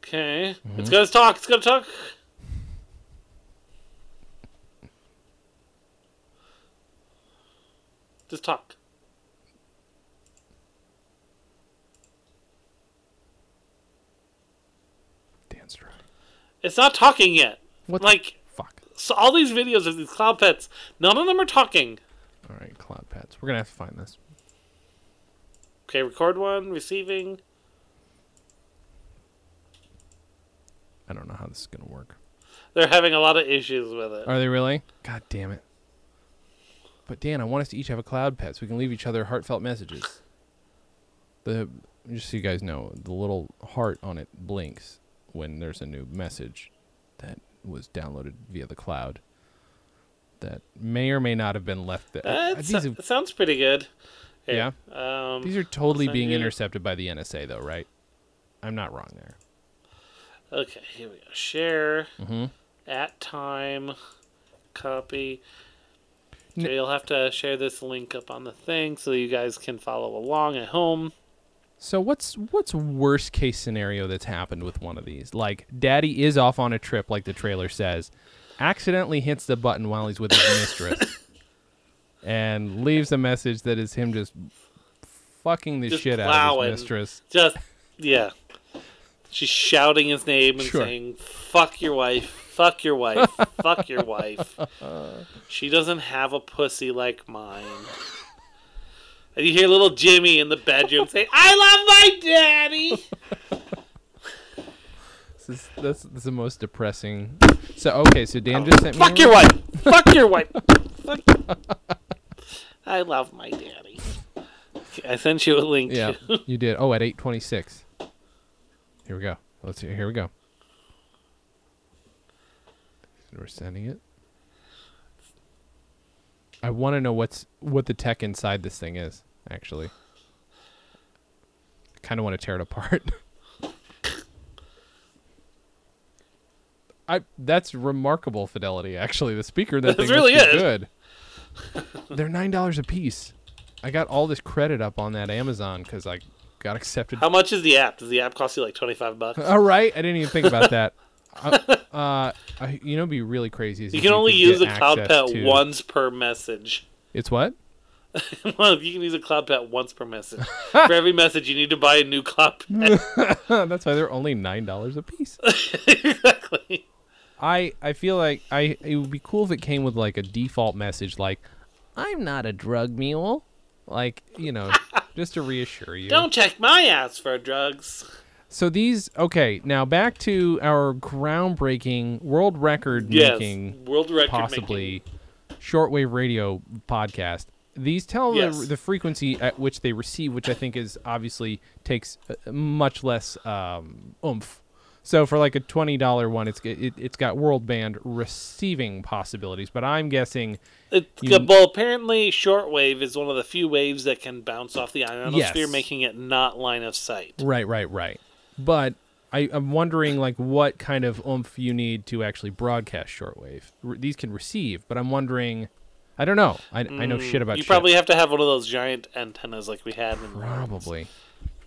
[SPEAKER 1] Okay.
[SPEAKER 2] Mm-hmm.
[SPEAKER 1] It's gonna talk. It's gonna talk. Just talk.
[SPEAKER 2] Dan's right.
[SPEAKER 1] It's not talking yet.
[SPEAKER 2] What
[SPEAKER 1] Like,
[SPEAKER 2] the fuck?
[SPEAKER 1] so all these videos of these cloud pets, none of them are talking.
[SPEAKER 2] All right, cloud pets. We're gonna have to find this.
[SPEAKER 1] Okay, record one, receiving.
[SPEAKER 2] I don't know how this is gonna work.
[SPEAKER 1] They're having a lot of issues with it.
[SPEAKER 2] Are they really? God damn it. But Dan, I want us to each have a cloud pet so we can leave each other heartfelt messages. The just so you guys know, the little heart on it blinks when there's a new message that was downloaded via the cloud that may or may not have been left there.
[SPEAKER 1] That
[SPEAKER 2] These
[SPEAKER 1] so-
[SPEAKER 2] are-
[SPEAKER 1] that sounds pretty good.
[SPEAKER 2] yeah.
[SPEAKER 1] Um,
[SPEAKER 2] These are totally
[SPEAKER 1] so
[SPEAKER 2] being
[SPEAKER 1] you-
[SPEAKER 2] intercepted by the NSA though, right? I'm not wrong there.
[SPEAKER 1] Okay, here we go. Share at time, copy.
[SPEAKER 2] N-
[SPEAKER 1] Okay, you'll have to share this link up on the thing so you guys can follow along at home.
[SPEAKER 2] So what's what's worst case scenario that's happened with one of these? Like daddy is off on a trip like the trailer says, accidentally hits the button while he's with his (coughs) mistress and leaves a message that is him just fucking the
[SPEAKER 1] Just
[SPEAKER 2] shit out of
[SPEAKER 1] plowing.
[SPEAKER 2] his mistress.
[SPEAKER 1] Just yeah, she's shouting his name and
[SPEAKER 2] Sure.
[SPEAKER 1] saying "fuck your wife, fuck your wife, fuck your
[SPEAKER 2] (laughs)
[SPEAKER 1] wife." She doesn't have a pussy like mine. And you hear little Jimmy in the bedroom say, "I love my daddy."
[SPEAKER 2] This is that's, that's the most depressing. So okay, so Dan just sent me
[SPEAKER 1] Oh, Fuck your wife. Fuck your wife. Fuck. I love my daddy. Okay, I sent you a link.
[SPEAKER 2] Yeah, you did. Oh, at 8:26. Here we go. Let's see. Here we go. We're sending it. I want to know what's what the tech inside this thing is. Actually, I kind of want to tear it apart. (laughs) I that's remarkable fidelity. Actually, the speaker that
[SPEAKER 1] This
[SPEAKER 2] thing must
[SPEAKER 1] really
[SPEAKER 2] be
[SPEAKER 1] is.
[SPEAKER 2] good. They're nine dollars a piece. I got all this credit up on that Amazon because I got
[SPEAKER 1] (laughs)
[SPEAKER 2] accepted.
[SPEAKER 1] How much is the app? Does the app cost you like twenty five bucks?
[SPEAKER 2] (laughs) All right, I didn't even think about that. (laughs) I, uh, I, you know, it'd be really crazy. is
[SPEAKER 1] You
[SPEAKER 2] if
[SPEAKER 1] can only
[SPEAKER 2] could
[SPEAKER 1] use the
[SPEAKER 2] get
[SPEAKER 1] cloud
[SPEAKER 2] access
[SPEAKER 1] pet
[SPEAKER 2] to-
[SPEAKER 1] once per message. (laughs)
[SPEAKER 2] It's what? (laughs)
[SPEAKER 1] Well, you can use a cloud pet once per message. For every message, you need to buy a new cloud
[SPEAKER 2] (laughs)
[SPEAKER 1] pet.
[SPEAKER 2] That's why they're only nine dollars
[SPEAKER 1] (laughs)
[SPEAKER 2] a piece.
[SPEAKER 1] exactly.
[SPEAKER 2] I I feel like I it would be cool if it came with like a default message like, "I'm not a drug mule," like
[SPEAKER 1] (laughs)
[SPEAKER 2] you know, just to reassure you.
[SPEAKER 1] Don't check my ass for drugs.
[SPEAKER 2] So these okay now back to our groundbreaking world record
[SPEAKER 1] Yes,
[SPEAKER 2] making
[SPEAKER 1] world record making.
[SPEAKER 2] possibly shortwave radio podcast. These tell the,
[SPEAKER 1] Yes.
[SPEAKER 2] the frequency at which they receive, which I think is obviously takes uh, much less um, oomph. So for like a twenty dollar one, it's it, it's got world band receiving possibilities, but I'm guessing
[SPEAKER 1] It's,
[SPEAKER 2] You-
[SPEAKER 1] well, apparently, shortwave is one of the few waves that can bounce off the ionosphere,
[SPEAKER 2] Yes.
[SPEAKER 1] making it not line of sight.
[SPEAKER 2] right, right, right. But I, I'm wondering like what kind of oomph you need to actually broadcast shortwave. R- these can receive, but I'm wondering. I don't know. I, I know shit about
[SPEAKER 1] Mm, You
[SPEAKER 2] shit.
[SPEAKER 1] probably have to have one of those giant antennas like we had. In uh,
[SPEAKER 2] Probably.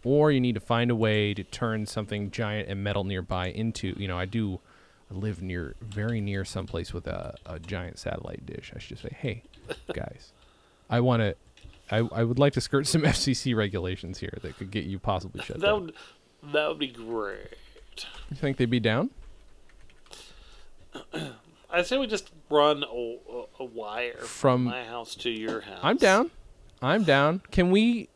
[SPEAKER 2] Or you need to find a way to turn something giant and metal nearby into, you know, I do live near, very near someplace with a, a giant satellite dish. I should just say,
[SPEAKER 1] (laughs)
[SPEAKER 2] hey, guys, I want to, I, I would like to skirt some (laughs) FCC regulations here that could get you possibly shut
[SPEAKER 1] That
[SPEAKER 2] down.
[SPEAKER 1] would that would be great.
[SPEAKER 2] You think they'd be down?
[SPEAKER 1] I say we just run a, a wire
[SPEAKER 2] From-
[SPEAKER 1] from my house to your house.
[SPEAKER 2] I'm down. I'm down. Can we,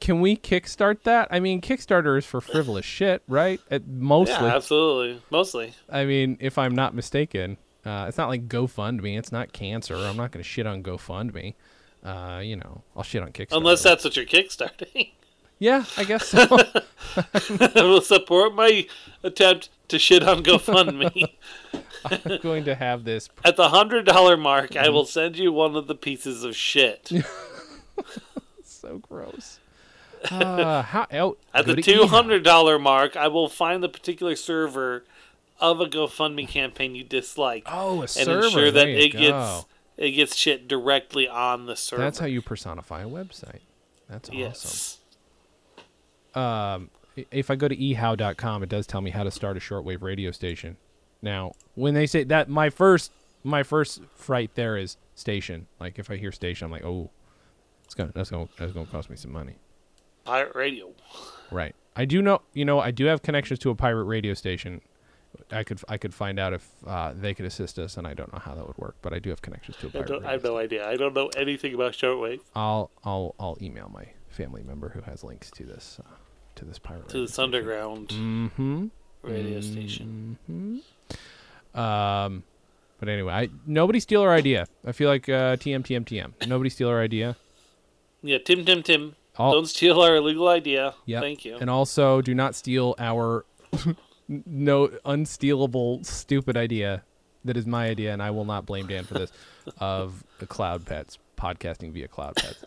[SPEAKER 2] can we kickstart that? I mean, Kickstarter is for frivolous shit, right? At mostly.
[SPEAKER 1] Yeah, absolutely. Mostly.
[SPEAKER 2] I mean, if I'm not mistaken, uh, it's not like GoFundMe. It's not cancer. I'm not going to shit on GoFundMe. Uh, you know, I'll shit on Kickstarter. (laughs)
[SPEAKER 1] Unless that's what you're kickstarting.
[SPEAKER 2] yeah, I guess so.
[SPEAKER 1] (laughs)
[SPEAKER 2] (laughs)
[SPEAKER 1] I will support my attempt to shit on (laughs) GoFundMe.
[SPEAKER 2] I'm going to have this.
[SPEAKER 1] At the hundred dollar mark,
[SPEAKER 2] Mm-hmm.
[SPEAKER 1] I will send you one of the pieces of shit.
[SPEAKER 2] So gross. Uh, how, oh,
[SPEAKER 1] At
[SPEAKER 2] go
[SPEAKER 1] the
[SPEAKER 2] to
[SPEAKER 1] two
[SPEAKER 2] eHow.
[SPEAKER 1] hundred dollar mark, I will find the particular server of a GoFundMe campaign you dislike.
[SPEAKER 2] Oh, a
[SPEAKER 1] and
[SPEAKER 2] server.
[SPEAKER 1] ensure that
[SPEAKER 2] There you
[SPEAKER 1] it
[SPEAKER 2] go.
[SPEAKER 1] gets it gets shit directly on the server.
[SPEAKER 2] That's how you personify a website. That's awesome.
[SPEAKER 1] yes.
[SPEAKER 2] I- If I go to e ehow.com, it does tell me how to start a shortwave radio station. Now, when they say that, my first my first fright there is station. Like if I hear station, I'm like, oh, it's gonna that's gonna that's gonna cost me some money.
[SPEAKER 1] Pirate radio.
[SPEAKER 2] Right. I do know. You know, I do have connections to a pirate radio station, I could I could find out if uh, they could assist us, and I don't know how that would work, but I do have connections to a
[SPEAKER 1] I,
[SPEAKER 2] pirate.
[SPEAKER 1] don't, I
[SPEAKER 2] radio
[SPEAKER 1] have no idea. I don't know anything about shortwave
[SPEAKER 2] I'll I'll I'll email my family member who has links to this uh, to this pirate.
[SPEAKER 1] to this underground
[SPEAKER 2] Mm-hmm.
[SPEAKER 1] radio station.
[SPEAKER 2] Um, but anyway, I nobody steal our idea. I feel like uh, TM TM TM. Nobody steal our idea.
[SPEAKER 1] Yeah, Tim, Tim, Tim.
[SPEAKER 2] All-
[SPEAKER 1] Don't steal our illegal idea.
[SPEAKER 2] Yep.
[SPEAKER 1] Thank you.
[SPEAKER 2] And also, do not steal our (laughs) n- no unstealable stupid idea that is my idea, and I will not blame Dan
[SPEAKER 1] (laughs)
[SPEAKER 2] for this of the Cloud Pets podcasting via Cloud Pets.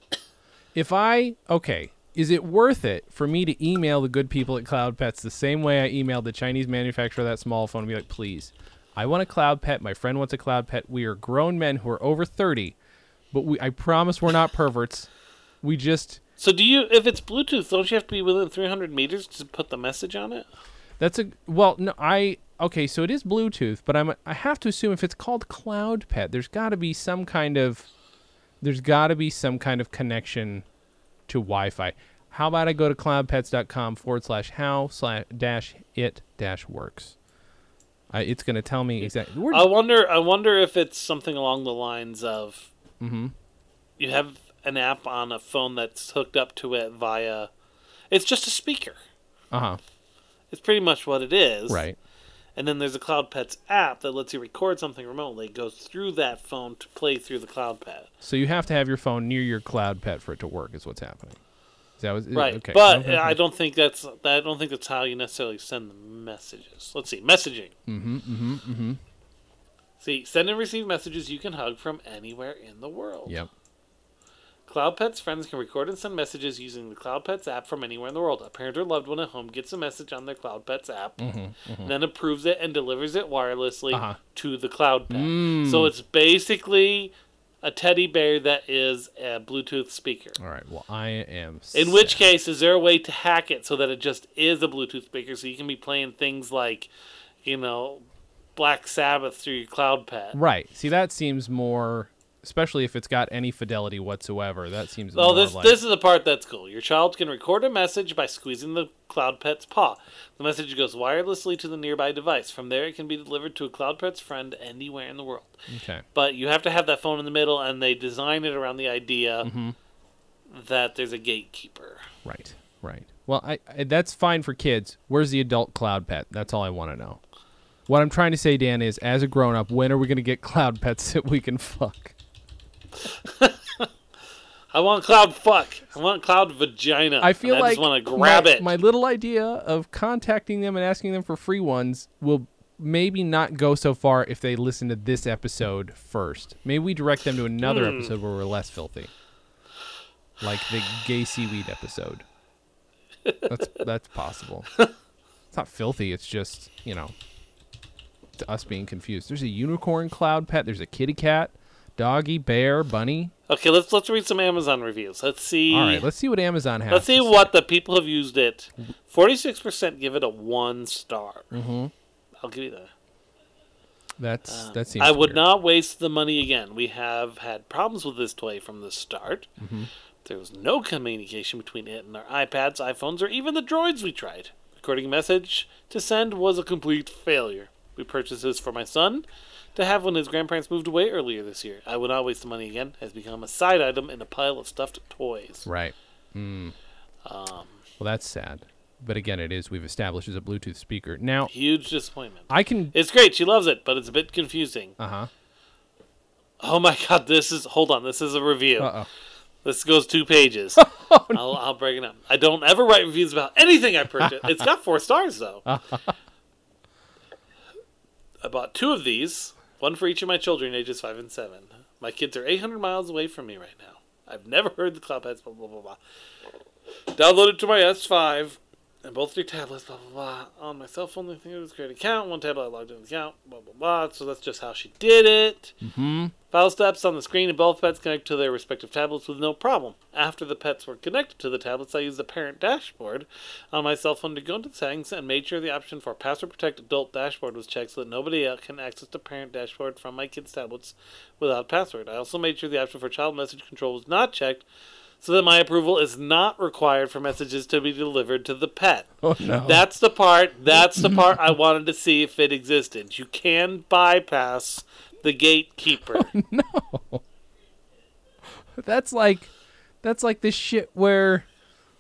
[SPEAKER 2] If I okay, is it worth it for me to email the good people at Cloud Pets the same way I emailed the Chinese manufacturer of that small phone and be like, please, I want a Cloud Pet. My friend wants a Cloud Pet. We are grown men who are over thirty, but we I promise we're not perverts. We just
[SPEAKER 1] so, do you, if it's Bluetooth, don't you have to be within 300 meters to put the message on it?
[SPEAKER 2] That's a well. No, I okay. So it is Bluetooth, but I'm I have to assume if it's called Cloud Pet, there's got to be some kind of there's got to be some kind of connection to Wi-Fi. How about I go to cloudpets.com forward slash how slash dash it dash works. I, it's going to tell me exactly. We're,
[SPEAKER 1] I wonder. I wonder if it's something along the lines of
[SPEAKER 2] Mm-hmm.
[SPEAKER 1] you have an app on a phone that's hooked up to it via. It's just a speaker.
[SPEAKER 2] uh-huh.
[SPEAKER 1] It's pretty much what it is.
[SPEAKER 2] Right.
[SPEAKER 1] And then there's a Cloud Pets app that lets you record something remotely, goes through that phone to play through the Cloud Pet.
[SPEAKER 2] So you have to have your phone near your Cloud Pet for it to work. Is what's happening. Is that was
[SPEAKER 1] Right.
[SPEAKER 2] Okay.
[SPEAKER 1] But
[SPEAKER 2] Okay,
[SPEAKER 1] I
[SPEAKER 2] okay.
[SPEAKER 1] don't think that's I don't think that's how you necessarily send the messages. Let's see. Messaging. Mm-hmm. Mm-hmm. Mm-hmm. See, send and receive messages you can hug from anywhere in the world.
[SPEAKER 2] Yep.
[SPEAKER 1] Cloud Pets friends can record and send messages using the Cloud Pets app from anywhere in the world. A parent or loved one at home gets a message on their Cloud Pets app, then approves it and delivers it wirelessly
[SPEAKER 2] Uh-huh.
[SPEAKER 1] to the Cloud Pet. So it's basically a teddy bear that is a Bluetooth speaker.
[SPEAKER 2] All right. Well, I am.
[SPEAKER 1] In which case, is there a way to hack it so that it just is a Bluetooth speaker so you can be playing things like, you know, Black Sabbath through your Cloud Pet?
[SPEAKER 2] Right. See, that seems more, especially if it's got any fidelity whatsoever. That seems.
[SPEAKER 1] Well,
[SPEAKER 2] more
[SPEAKER 1] this
[SPEAKER 2] like,
[SPEAKER 1] this is the part that's cool. Your child can record a message by squeezing the Cloud Pet's paw. The message goes wirelessly to the nearby device. From there, it can be delivered to a Cloud Pet's friend anywhere in the world.
[SPEAKER 2] Okay.
[SPEAKER 1] But you have to have that phone in the middle, and they design it around the idea
[SPEAKER 2] Mm-hmm.
[SPEAKER 1] that there's a gatekeeper.
[SPEAKER 2] Right. Right. Well, I, I that's fine for kids. Where's the adult cloud pet? That's all I want to know. What I'm trying to say, Dan, is as a grown up, when are we going to get (laughs) cloud pets that we can fuck?
[SPEAKER 1] I want Cloud Fuck. I want Cloud Vagina.
[SPEAKER 2] I feel
[SPEAKER 1] and
[SPEAKER 2] like
[SPEAKER 1] I just want to grab
[SPEAKER 2] my,
[SPEAKER 1] it.
[SPEAKER 2] my little idea of contacting them and asking them for free ones will maybe not go so far if they listen to this episode first. Maybe we direct them to another
[SPEAKER 1] Hmm.
[SPEAKER 2] episode where we're less filthy, like the gay seaweed episode.
[SPEAKER 1] (laughs)
[SPEAKER 2] That's that's possible. It's not filthy. It's just you know, to us being confused. There's a unicorn cloud pet. There's a kitty cat, doggy, bear, bunny.
[SPEAKER 1] Okay, let's let's read some Amazon reviews. Let's see.
[SPEAKER 2] All right, let's see what Amazon has.
[SPEAKER 1] Let's see
[SPEAKER 2] to say.
[SPEAKER 1] what the people have used it. Forty-six percent give it a one star. Mm-hmm. I'll give you that.
[SPEAKER 2] That's that seems.
[SPEAKER 1] Uh, I would
[SPEAKER 2] weird.
[SPEAKER 1] not waste the money again. We have had problems with this toy from the start.
[SPEAKER 2] Mm-hmm.
[SPEAKER 1] There was no communication between it and our iPads, iPhones, or even the droids we tried. Recording a message to send was a complete failure. We purchased this for my son to have when his grandparents moved away earlier this year. I would not waste the money again. Has become a side item in a pile of stuffed toys.
[SPEAKER 2] Right. Mm. well, that's sad. But again, it is we've established as a Bluetooth speaker. Now
[SPEAKER 1] Huge disappointment.
[SPEAKER 2] I can.
[SPEAKER 1] It's great. She loves it, but it's a bit confusing.
[SPEAKER 2] Uh huh.
[SPEAKER 1] Oh my god, this is. Hold on, this is a review.
[SPEAKER 2] Uh oh.
[SPEAKER 1] This goes two pages. I'll, I'll break it up. I don't ever write reviews about anything I purchase. it's got four stars, though. I bought two of these, one for each of my children, ages five and seven. My kids are 800 miles away from me right now. I've never heard the Cloud Pets, blah, blah, blah, blah. Downloaded to my S5 and both their tablets, blah, blah, blah. On my cell phone, I think it was a great account. One tablet I logged in the account, blah, blah, blah. So that's just how she did it. File steps on the screen and both pets connect to their respective tablets with no problem. After the pets were connected to the tablets, I used the parent dashboard on my cell phone to go into the settings and made sure the option for password protect adult dashboard was checked so that nobody else can access the parent dashboard from my kids' tablets without password. I also made sure the option for child message control was not checked so that my approval is not required for messages to be delivered to the pet.
[SPEAKER 2] Oh
[SPEAKER 1] (laughs)
[SPEAKER 2] no.
[SPEAKER 1] That's the part. That's the part I wanted to see if it existed. You can bypass the gatekeeper.
[SPEAKER 2] that's like that's like this shit where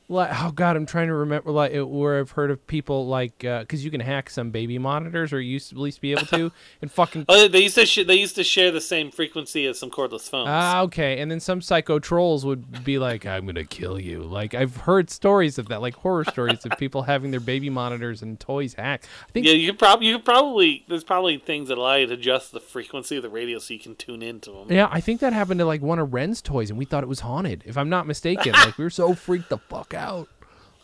[SPEAKER 2] like oh god i'm trying to remember like it, where i've heard of people like because you can hack some baby monitors or you used to at least be able to and fucking
[SPEAKER 1] Oh, they used to sh- they used to share the same frequency as some cordless phones.
[SPEAKER 2] ah okay and then some psycho trolls would be like i'm gonna kill you like i've heard stories of that like horror stories of people having their baby monitors and toys hacked i think
[SPEAKER 1] yeah, you could probably you could probably there's probably things that allow you to adjust the frequency of the radio so you can tune into them.
[SPEAKER 2] Yeah, I think that happened to like one of Ren's toys, and we thought it was haunted. If I'm not mistaken, like we were so freaked the fuck out,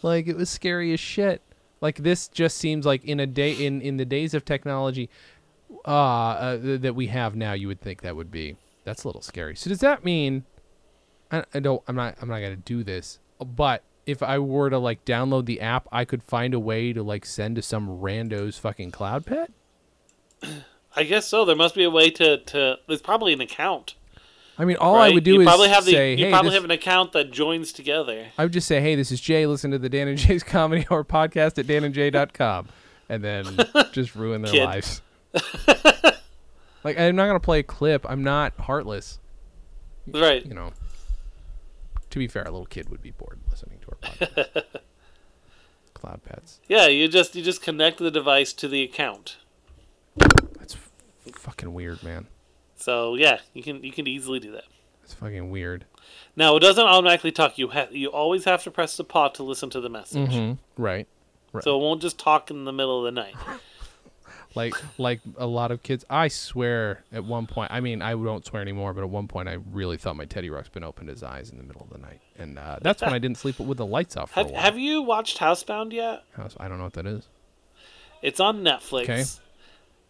[SPEAKER 2] like it was scary as shit. Like this just seems like in a day in in the days of technology, uh, uh th- that we have now, you would think that would be that's a little scary. So does that mean? I, I don't. I'm not. I'm not gonna do this. But if I were to like download the app, I could find a way to like send to some rando's fucking cloud pet.
[SPEAKER 1] I guess so. There must be a way to to. There's probably an account.
[SPEAKER 2] I mean, all
[SPEAKER 1] right?
[SPEAKER 2] I would do
[SPEAKER 1] you
[SPEAKER 2] is
[SPEAKER 1] probably have the
[SPEAKER 2] say,
[SPEAKER 1] you
[SPEAKER 2] "Hey,
[SPEAKER 1] probably
[SPEAKER 2] this-
[SPEAKER 1] have an account that joins together.
[SPEAKER 2] I would just say, hey, this is Jay. Listen to the Dan and Jay's (laughs) Comedy Hour podcast at danandjay.com. And then just ruin their
[SPEAKER 1] Kid.
[SPEAKER 2] lives. like, I'm not going to play a clip. I'm not heartless.
[SPEAKER 1] Right.
[SPEAKER 2] You know, to be fair, a little kid would be bored listening to our podcast. Cloud pets.
[SPEAKER 1] Yeah, you just you just connect the device to the account.
[SPEAKER 2] That's f- fucking weird, man.
[SPEAKER 1] So yeah, you can you can easily do that.
[SPEAKER 2] That's fucking weird.
[SPEAKER 1] Now it doesn't automatically talk. You ha- you always have to press the pod to listen to the message.
[SPEAKER 2] Mm-hmm. Right.
[SPEAKER 1] So it won't just talk in the middle of the night.
[SPEAKER 2] like like a lot of kids i swear at one point i mean i don't swear anymore but at one point i really thought my teddy ruxpin opened his eyes in the middle of the night and uh, that's when i didn't sleep with the lights off for
[SPEAKER 1] Have
[SPEAKER 2] a while
[SPEAKER 1] Have you watched Housebound yet?
[SPEAKER 2] House- i don't know what that is
[SPEAKER 1] It's on Netflix.
[SPEAKER 2] Okay.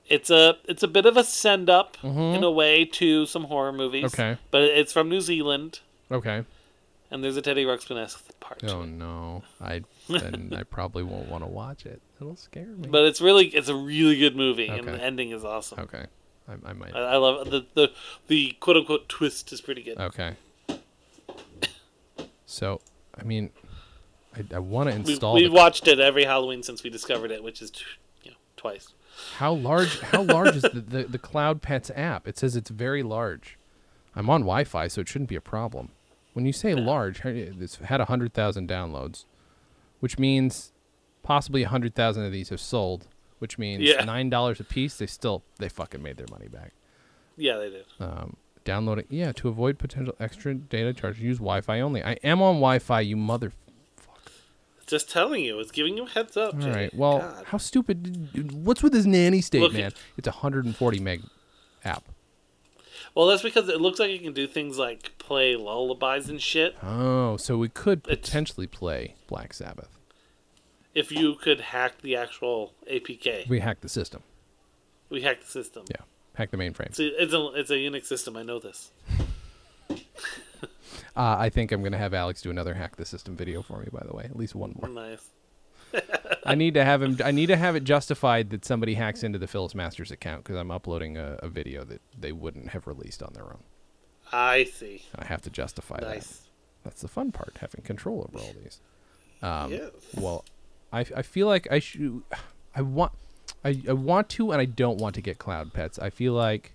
[SPEAKER 1] It's a it's a bit of a send up in a way to some horror movies.
[SPEAKER 2] Mm-hmm. Okay.
[SPEAKER 1] But it's from New Zealand,
[SPEAKER 2] okay
[SPEAKER 1] and there's a Teddy Ruxpin esque part. to (laughs)
[SPEAKER 2] oh
[SPEAKER 1] it.
[SPEAKER 2] no i then i probably won't want to watch it it'll scare me
[SPEAKER 1] But it's really it's a really good movie, and
[SPEAKER 2] Okay.
[SPEAKER 1] the ending is awesome.
[SPEAKER 2] okay i, I might
[SPEAKER 1] I, I love the the the quote unquote twist is pretty good.
[SPEAKER 2] okay so i mean i, I want to
[SPEAKER 1] we
[SPEAKER 2] install
[SPEAKER 1] we
[SPEAKER 2] the-
[SPEAKER 1] watched it every Halloween since we discovered it, which is t- you know twice.
[SPEAKER 2] How large? How large is the, the the Cloud Pets app? It says it's very large. I'm on Wi-Fi, so it shouldn't be a problem. When you say large, how- it's had hundred thousand downloads, which means possibly hundred thousand of these have sold, which means
[SPEAKER 1] Yeah.
[SPEAKER 2] nine dollars a piece. They still they fucking made their money back.
[SPEAKER 1] Yeah, they did.
[SPEAKER 2] Download it, yeah, to avoid potential extra data charge. Use Wi-Fi only. I am on Wi-Fi, you mother.
[SPEAKER 1] Just telling you, it's giving you a heads up.
[SPEAKER 2] All
[SPEAKER 1] Jay.
[SPEAKER 2] right. Well,
[SPEAKER 1] God.
[SPEAKER 2] how stupid? did- What's with this nanny state,
[SPEAKER 1] Look,
[SPEAKER 2] man? It's a hundred and forty meg app.
[SPEAKER 1] well, that's because it looks like it can do things like play lullabies and shit.
[SPEAKER 2] Oh, so we could
[SPEAKER 1] It's-
[SPEAKER 2] potentially play Black Sabbath.
[SPEAKER 1] If you could hack the actual APK,
[SPEAKER 2] We hacked the system.
[SPEAKER 1] we hacked the system.
[SPEAKER 2] Yeah, hack the mainframe.
[SPEAKER 1] It's a, it's a it's a Unix system. I know this.
[SPEAKER 2] Uh, I think I'm gonna have Alex do another hack the system video for me. By the way, at least one more.
[SPEAKER 1] Nice.
[SPEAKER 2] I need to have him. I need to have it justified that somebody hacks into the Phyllis Masters account because I'm uploading a, a video that they wouldn't have released on their own.
[SPEAKER 1] I see.
[SPEAKER 2] I have to justify that.
[SPEAKER 1] Nice.
[SPEAKER 2] That's the fun part, having control over all these. Um,
[SPEAKER 1] yes.
[SPEAKER 2] Well, I, I feel like I should. I want. I, I want to and I don't want to get cloud pets. I feel like,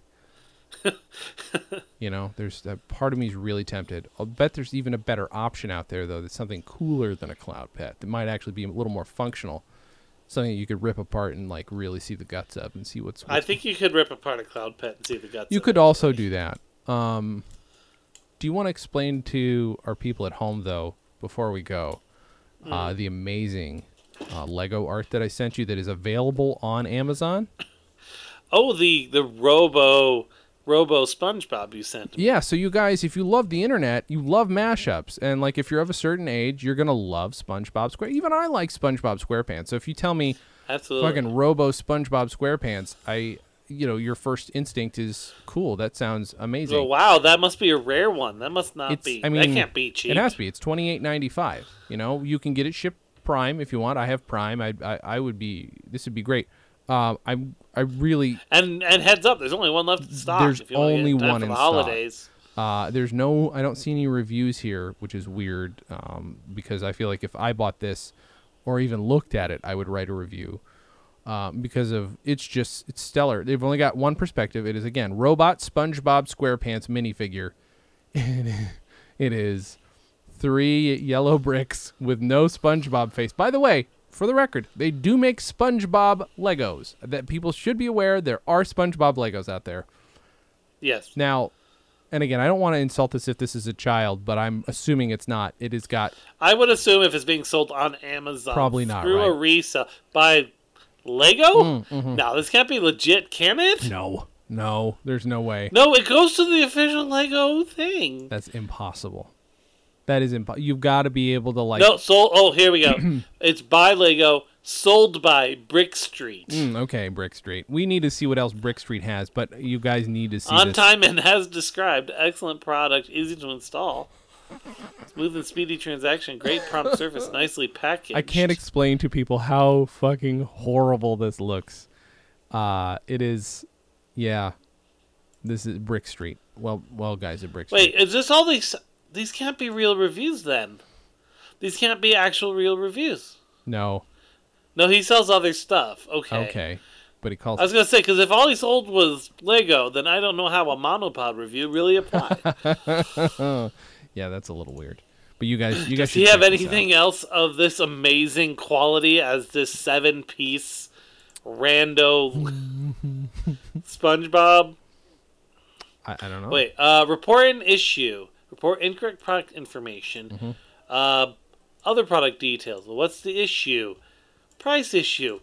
[SPEAKER 2] you know, there's a part of me is really tempted. I'll bet there's even a better option out there though. That's something cooler than a cloud pet that might actually be a little more functional, something you could rip apart and like really see the guts of and see what's.
[SPEAKER 1] I
[SPEAKER 2] what's-
[SPEAKER 1] think you could rip apart a cloud pet and see the guts.
[SPEAKER 2] you
[SPEAKER 1] of
[SPEAKER 2] could
[SPEAKER 1] it.
[SPEAKER 2] also do that. Um, do you want to explain to our people at home though, before we go, uh, the amazing uh, Lego art that I sent you that is available on Amazon?
[SPEAKER 1] Oh, the the Robo Robo SpongeBob you sent. me.
[SPEAKER 2] Yeah, so you guys, if you love the internet, you love mashups, and like if you're of a certain age, you're gonna love SpongeBob Square. Even I like SpongeBob SquarePants. So if you tell me
[SPEAKER 1] Absolutely.
[SPEAKER 2] fucking Robo SpongeBob SquarePants, I, you know, your first instinct is cool. That sounds amazing.
[SPEAKER 1] Oh wow, that must be a rare one. That must not
[SPEAKER 2] it's
[SPEAKER 1] be.
[SPEAKER 2] I mean
[SPEAKER 1] that can't be cheap.
[SPEAKER 2] It has to be. It's twenty eight ninety five. You know, you can get it shipped Prime if you want. I have Prime. I I, I would be. This would be great. Um, I'm I really
[SPEAKER 1] and and heads up, there's only one left in stock.
[SPEAKER 2] There's
[SPEAKER 1] if you wanna get
[SPEAKER 2] only
[SPEAKER 1] it done
[SPEAKER 2] one
[SPEAKER 1] for
[SPEAKER 2] in
[SPEAKER 1] the
[SPEAKER 2] stock.
[SPEAKER 1] holidays.
[SPEAKER 2] Uh, there's no, I don't see any reviews here, which is weird um, because I feel like if I bought this or even looked at it, I would write a review um, because of it's just it's stellar. They've only got one perspective. It is again robot SpongeBob SquarePants minifigure. (laughs) It is three yellow bricks with no SpongeBob face. By the way, for the record, they do make SpongeBob Legos. That people should be aware there are SpongeBob Legos out there.
[SPEAKER 1] Yes.
[SPEAKER 2] Now, and again, I don't want to insult this if this is a child, but I'm assuming it's not. It has got
[SPEAKER 1] I would assume if it's being sold on Amazon,
[SPEAKER 2] Probably not,
[SPEAKER 1] through a
[SPEAKER 2] right? Mm, mm-hmm.
[SPEAKER 1] resale by Lego. No, this can't be legit, can it?
[SPEAKER 2] no, no. There's no way.
[SPEAKER 1] No, it goes to the official Lego thing.
[SPEAKER 2] That's impossible. That is impossible. You've got to be able to like.
[SPEAKER 1] No, sold. Oh, here we
[SPEAKER 2] (clears throat)
[SPEAKER 1] go. it's by Lego, sold by Brick Street.
[SPEAKER 2] Mm, okay, Brick Street. We need to see what else Brick Street has, but you guys need to see
[SPEAKER 1] on
[SPEAKER 2] this.
[SPEAKER 1] time and as described. Excellent product, easy to install. Smooth and speedy transaction, great prompt
[SPEAKER 2] (laughs)
[SPEAKER 1] service, nicely packaged.
[SPEAKER 2] I can't explain to people how fucking horrible this looks. Uh it is yeah. This is Brick Street. Well well guys at Brick
[SPEAKER 1] Wait,
[SPEAKER 2] Street.
[SPEAKER 1] is this all these? These can't be real reviews then. These can't be actual real reviews.
[SPEAKER 2] No.
[SPEAKER 1] No, he sells other stuff. Okay.
[SPEAKER 2] Okay. But he calls
[SPEAKER 1] I was gonna say because if all he sold was Lego, then I don't know how a monopod review really
[SPEAKER 2] (laughs)
[SPEAKER 1] applies.
[SPEAKER 2] Yeah, that's a little weird. But you guys you guys
[SPEAKER 1] Does
[SPEAKER 2] should
[SPEAKER 1] he have
[SPEAKER 2] check this out.
[SPEAKER 1] anything else of this amazing quality as this seven-piece rando
[SPEAKER 2] (laughs)
[SPEAKER 1] SpongeBob?
[SPEAKER 2] I, I don't know. (laughs)
[SPEAKER 1] Wait, uh, report an issue. Report incorrect product information.
[SPEAKER 2] Mm-hmm.
[SPEAKER 1] Uh, other product details. What's the issue? Price issue.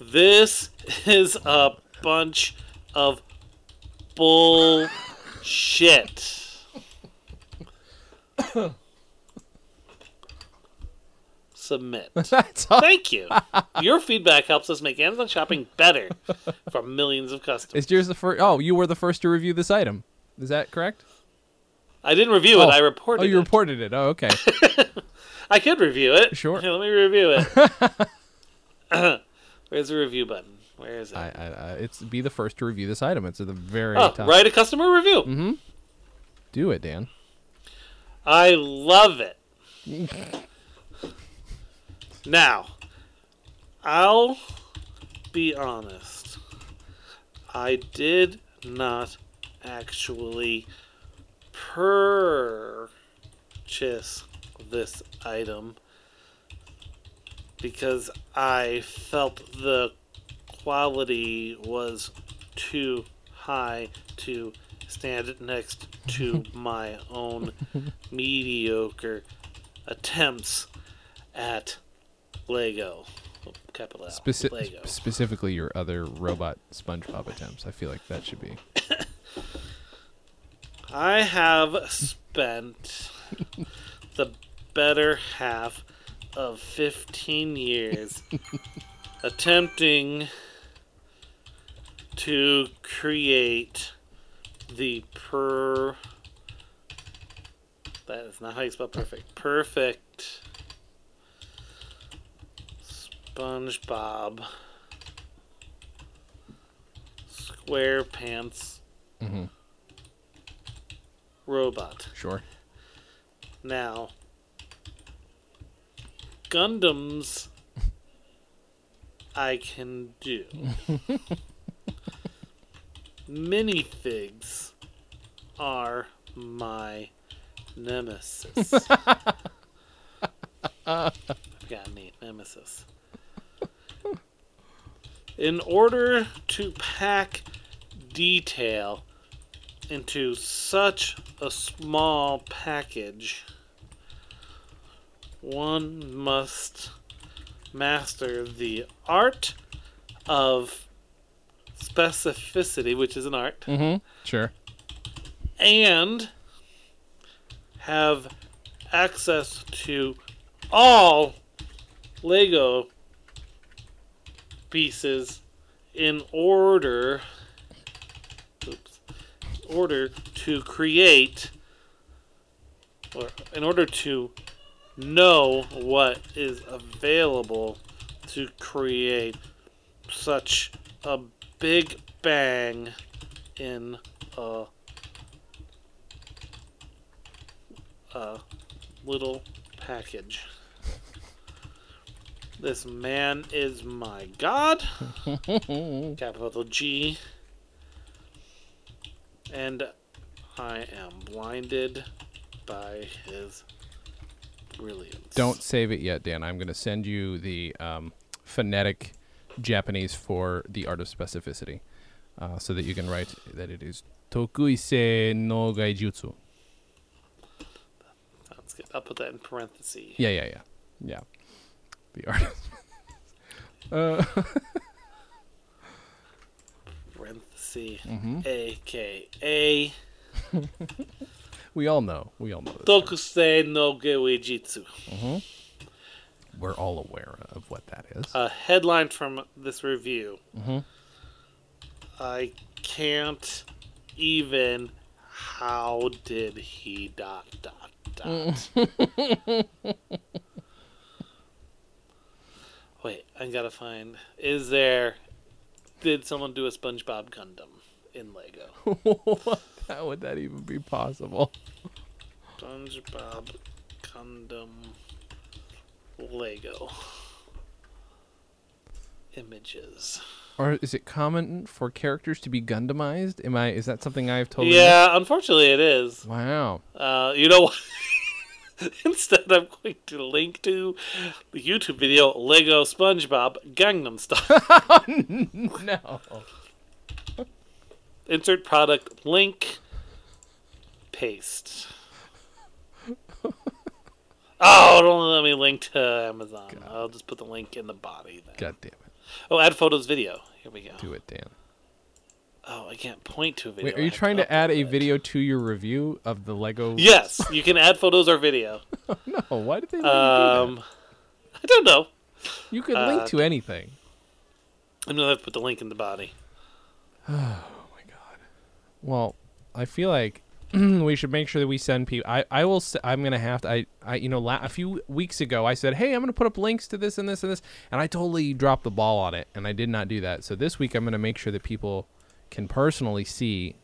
[SPEAKER 1] This is a bunch of bullshit. Submit.
[SPEAKER 2] That's all.
[SPEAKER 1] Thank you. Your feedback helps us make Amazon shopping better for millions of customers.
[SPEAKER 2] It's yours the first Oh, you were the first to review this item. Is that correct?
[SPEAKER 1] I didn't review
[SPEAKER 2] Oh.
[SPEAKER 1] it. I reported.
[SPEAKER 2] Oh, you
[SPEAKER 1] it.
[SPEAKER 2] reported it. Oh,
[SPEAKER 1] (laughs)
[SPEAKER 2] okay.
[SPEAKER 1] I could review it.
[SPEAKER 2] Sure.
[SPEAKER 1] Here, (laughs) let me review it.
[SPEAKER 2] (laughs)
[SPEAKER 1] Where's the review button? Where is it?
[SPEAKER 2] I, I, I, it's be the first to review this item. It's at the very
[SPEAKER 1] oh,
[SPEAKER 2] top. Mm-hmm.
[SPEAKER 1] write a customer review.
[SPEAKER 2] Mm. Do it, Dan.
[SPEAKER 1] I love
[SPEAKER 2] (laughs)
[SPEAKER 1] it. now, I'll be honest. I did not actually purchase this item because I felt the quality was too high to stand next to my own mediocre attempts at Lego. Oh, Capital L.
[SPEAKER 2] Speci-
[SPEAKER 1] Lego.
[SPEAKER 2] Specifically, your other robot SpongeBob attempts. I feel like that should be.
[SPEAKER 1] I have spent the better half of 15 years attempting to create the per. That is not how you spell perfect. Perfect SpongeBob SquarePants robot.
[SPEAKER 2] Mm-hmm. Sure.
[SPEAKER 1] Now, Gundams, I can do. Minifigs are my nemesis. I've got a neat nemesis. In order to pack detail into such a small package, one must master the art of specificity, which is an art,
[SPEAKER 2] Sure.
[SPEAKER 1] and have access to all Lego pieces in order oops, order to create or in order to know what is available to create such a big bang in a a little package. This man is my god. Capital G. And I am blinded by his brilliance.
[SPEAKER 2] Don't save it yet, Dan. I'm going to send you the um, phonetic Japanese for the art of specificity, uh, so that you can write that it is Tokuise no Gaijutsu.
[SPEAKER 1] That's good. I'll put that in parentheses.
[SPEAKER 2] Yeah, yeah, yeah, yeah. The art. uh,
[SPEAKER 1] Parentheses. AKA.
[SPEAKER 2] (laughs) we all know. We all know. This.
[SPEAKER 1] Tokusei no Gewejitsu.
[SPEAKER 2] We're all aware of what that is.
[SPEAKER 1] a headline from this review. I can't even. How did he dot dot dot? Wait, I gotta find. Is there? Did someone do a SpongeBob Gundam in Lego?
[SPEAKER 2] (laughs) How would that even be possible?
[SPEAKER 1] SpongeBob Gundam Lego images.
[SPEAKER 2] Or is it common for characters to be Gundamized? Am I? Is that something I've totally?
[SPEAKER 1] Yeah, unfortunately, it is.
[SPEAKER 2] missed? Wow.
[SPEAKER 1] Uh, you know, what? (laughs) instead, I'm going to link to the YouTube video Lego SpongeBob Gangnam Style.
[SPEAKER 2] (laughs) No.
[SPEAKER 1] Insert product link.
[SPEAKER 2] (laughs)
[SPEAKER 1] Paste. Oh, it only let me link to Amazon. I'll just put the link in the body. Then.
[SPEAKER 2] God damn it.
[SPEAKER 1] Oh, add photos video. Here we go.
[SPEAKER 2] Do it, Dan.
[SPEAKER 1] Oh, I can't point to a video.
[SPEAKER 2] Wait, are
[SPEAKER 1] I
[SPEAKER 2] you
[SPEAKER 1] have
[SPEAKER 2] trying to add
[SPEAKER 1] upload
[SPEAKER 2] a
[SPEAKER 1] it.
[SPEAKER 2] video to your review of the (laughs) Lego?
[SPEAKER 1] Yes, you can add photos or video.
[SPEAKER 2] (laughs) No. Why did they? let you do that?
[SPEAKER 1] Um, I don't know.
[SPEAKER 2] you could link
[SPEAKER 1] uh,
[SPEAKER 2] to anything.
[SPEAKER 1] I'm gonna have to put the link in the body.
[SPEAKER 2] Oh my god. Well, I feel like (clears throat) we should make sure that we send people. I I will. s I'm gonna have to. I I you know la- a few weeks ago I said hey I'm gonna put up links to this and this and this and I totally dropped the ball on it and I did not do that. So this week I'm gonna make sure that people can personally see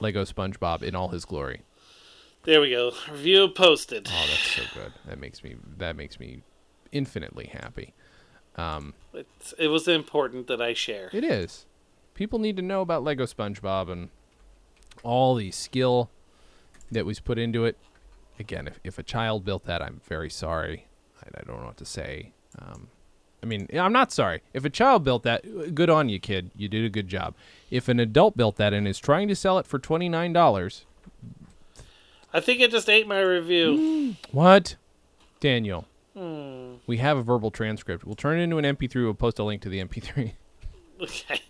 [SPEAKER 2] Lego SpongeBob in all his glory.
[SPEAKER 1] There we go. Review posted.
[SPEAKER 2] Oh, that's so good. That makes me that makes me infinitely happy.
[SPEAKER 1] It's, it was important that I share.
[SPEAKER 2] It is. People need to know about Lego SpongeBob and all the skill that was put into it. Again, if, if a child built that, I'm very sorry. I, I don't know what to say. Um, I mean, I'm not sorry. If a child built that, good on you, kid. You did a good job. If an adult built that and is trying to sell it for $29,
[SPEAKER 1] I think it just ate my
[SPEAKER 2] (laughs)
[SPEAKER 1] review.
[SPEAKER 2] what? Daniel, we have a verbal transcript. We'll turn it into an MP3. We'll post a link to the MP3.
[SPEAKER 1] okay.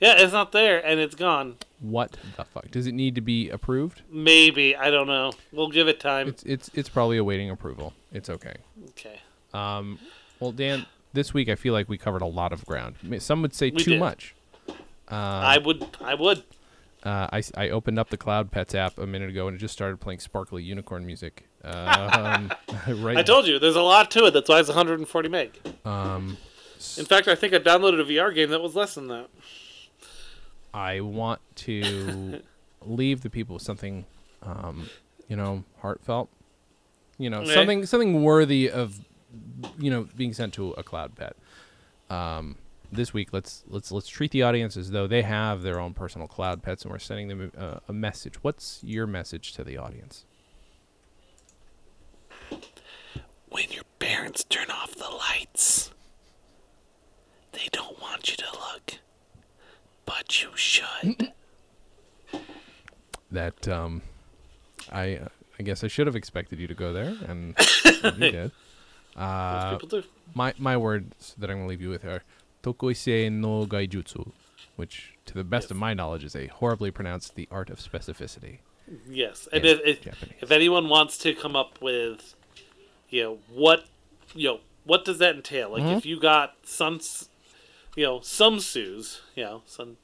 [SPEAKER 1] yeah, it's not there and it's gone.
[SPEAKER 2] (laughs) What the fuck? Does it need to be approved?
[SPEAKER 1] Maybe I don't know. We'll give it time.
[SPEAKER 2] It's it's it's probably awaiting approval. It's okay.
[SPEAKER 1] okay.
[SPEAKER 2] Well, Dan, this week I feel like we covered a lot of ground. I mean, Some would say
[SPEAKER 1] We
[SPEAKER 2] too
[SPEAKER 1] did.
[SPEAKER 2] much.
[SPEAKER 1] I would. I would.
[SPEAKER 2] Uh, I s- I opened up the Cloud Pets app a minute ago and it just started playing sparkly
[SPEAKER 1] (laughs)
[SPEAKER 2] unicorn music. Um, (laughs) right.
[SPEAKER 1] I told you. There's a lot to it. That's why it's 140 meg.
[SPEAKER 2] Um,
[SPEAKER 1] In fact, I think I downloaded a VR game that was less than that.
[SPEAKER 2] I want to leave the people with something, um, you know, heartfelt. You know,
[SPEAKER 1] Okay.
[SPEAKER 2] something something worthy of, you know, being sent to a cloud pet. Um, this week, let's let's let's treat the audience as though they have their own personal cloud pets, and we're sending them a, a message. What's your message to the audience?
[SPEAKER 1] When your parents turn off the lights, they don't want you to look, but you
[SPEAKER 2] (laughs)
[SPEAKER 1] should.
[SPEAKER 2] That um, I uh, I guess I should have expected you to go there, and you did. Uh,
[SPEAKER 1] Most people do.
[SPEAKER 2] my my words that I'm gonna leave you with are Tokoisei no Gaijutsu, which to the best of my knowledge is a horribly pronounced the art of specificity.
[SPEAKER 1] Yes, and
[SPEAKER 2] Yeah,
[SPEAKER 1] if, if,
[SPEAKER 2] Japanese.
[SPEAKER 1] if anyone wants to come up with, you know, what, you know, what does that entail? Like,
[SPEAKER 2] Mm-hmm.
[SPEAKER 1] if you got some, you know, some sues, you know, some,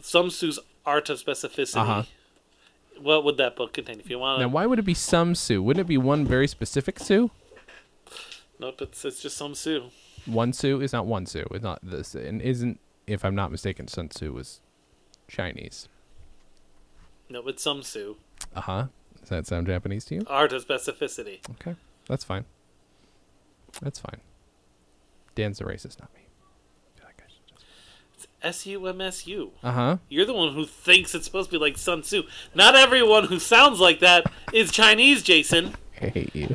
[SPEAKER 1] some sues art of specificity.
[SPEAKER 2] Uh-huh.
[SPEAKER 1] What would that book contain? If you want
[SPEAKER 2] Now
[SPEAKER 1] to
[SPEAKER 2] why would it be some Sue? Wouldn't it be one very specific Sue?
[SPEAKER 1] nope, it's it's just some sue.
[SPEAKER 2] One Sue is not one Sue. It's not this and isn't if I'm not mistaken, Sun Tzu was Chinese.
[SPEAKER 1] No, it's some sue.
[SPEAKER 2] Uh huh. Does that sound Japanese to you?
[SPEAKER 1] Art of specificity.
[SPEAKER 2] Okay, that's fine. That's fine. Dan's the racist, not me.
[SPEAKER 1] S U M S U.
[SPEAKER 2] Uh huh.
[SPEAKER 1] You're the one who thinks it's supposed to be like Sun Tzu. Not everyone who sounds like that is Chinese, Jason.
[SPEAKER 2] I hate you.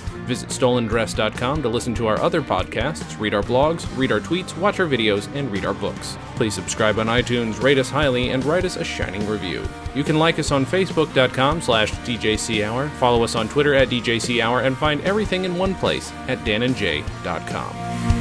[SPEAKER 2] Visit stolendress.com to listen to our other podcasts, read our blogs, read our tweets, watch our videos, and read our books. Please subscribe on iTunes, rate us highly, and write us a shining review. You can like us on facebook.com slash djchour, follow us on Twitter at djchour, and find everything in one place at danandjay.com.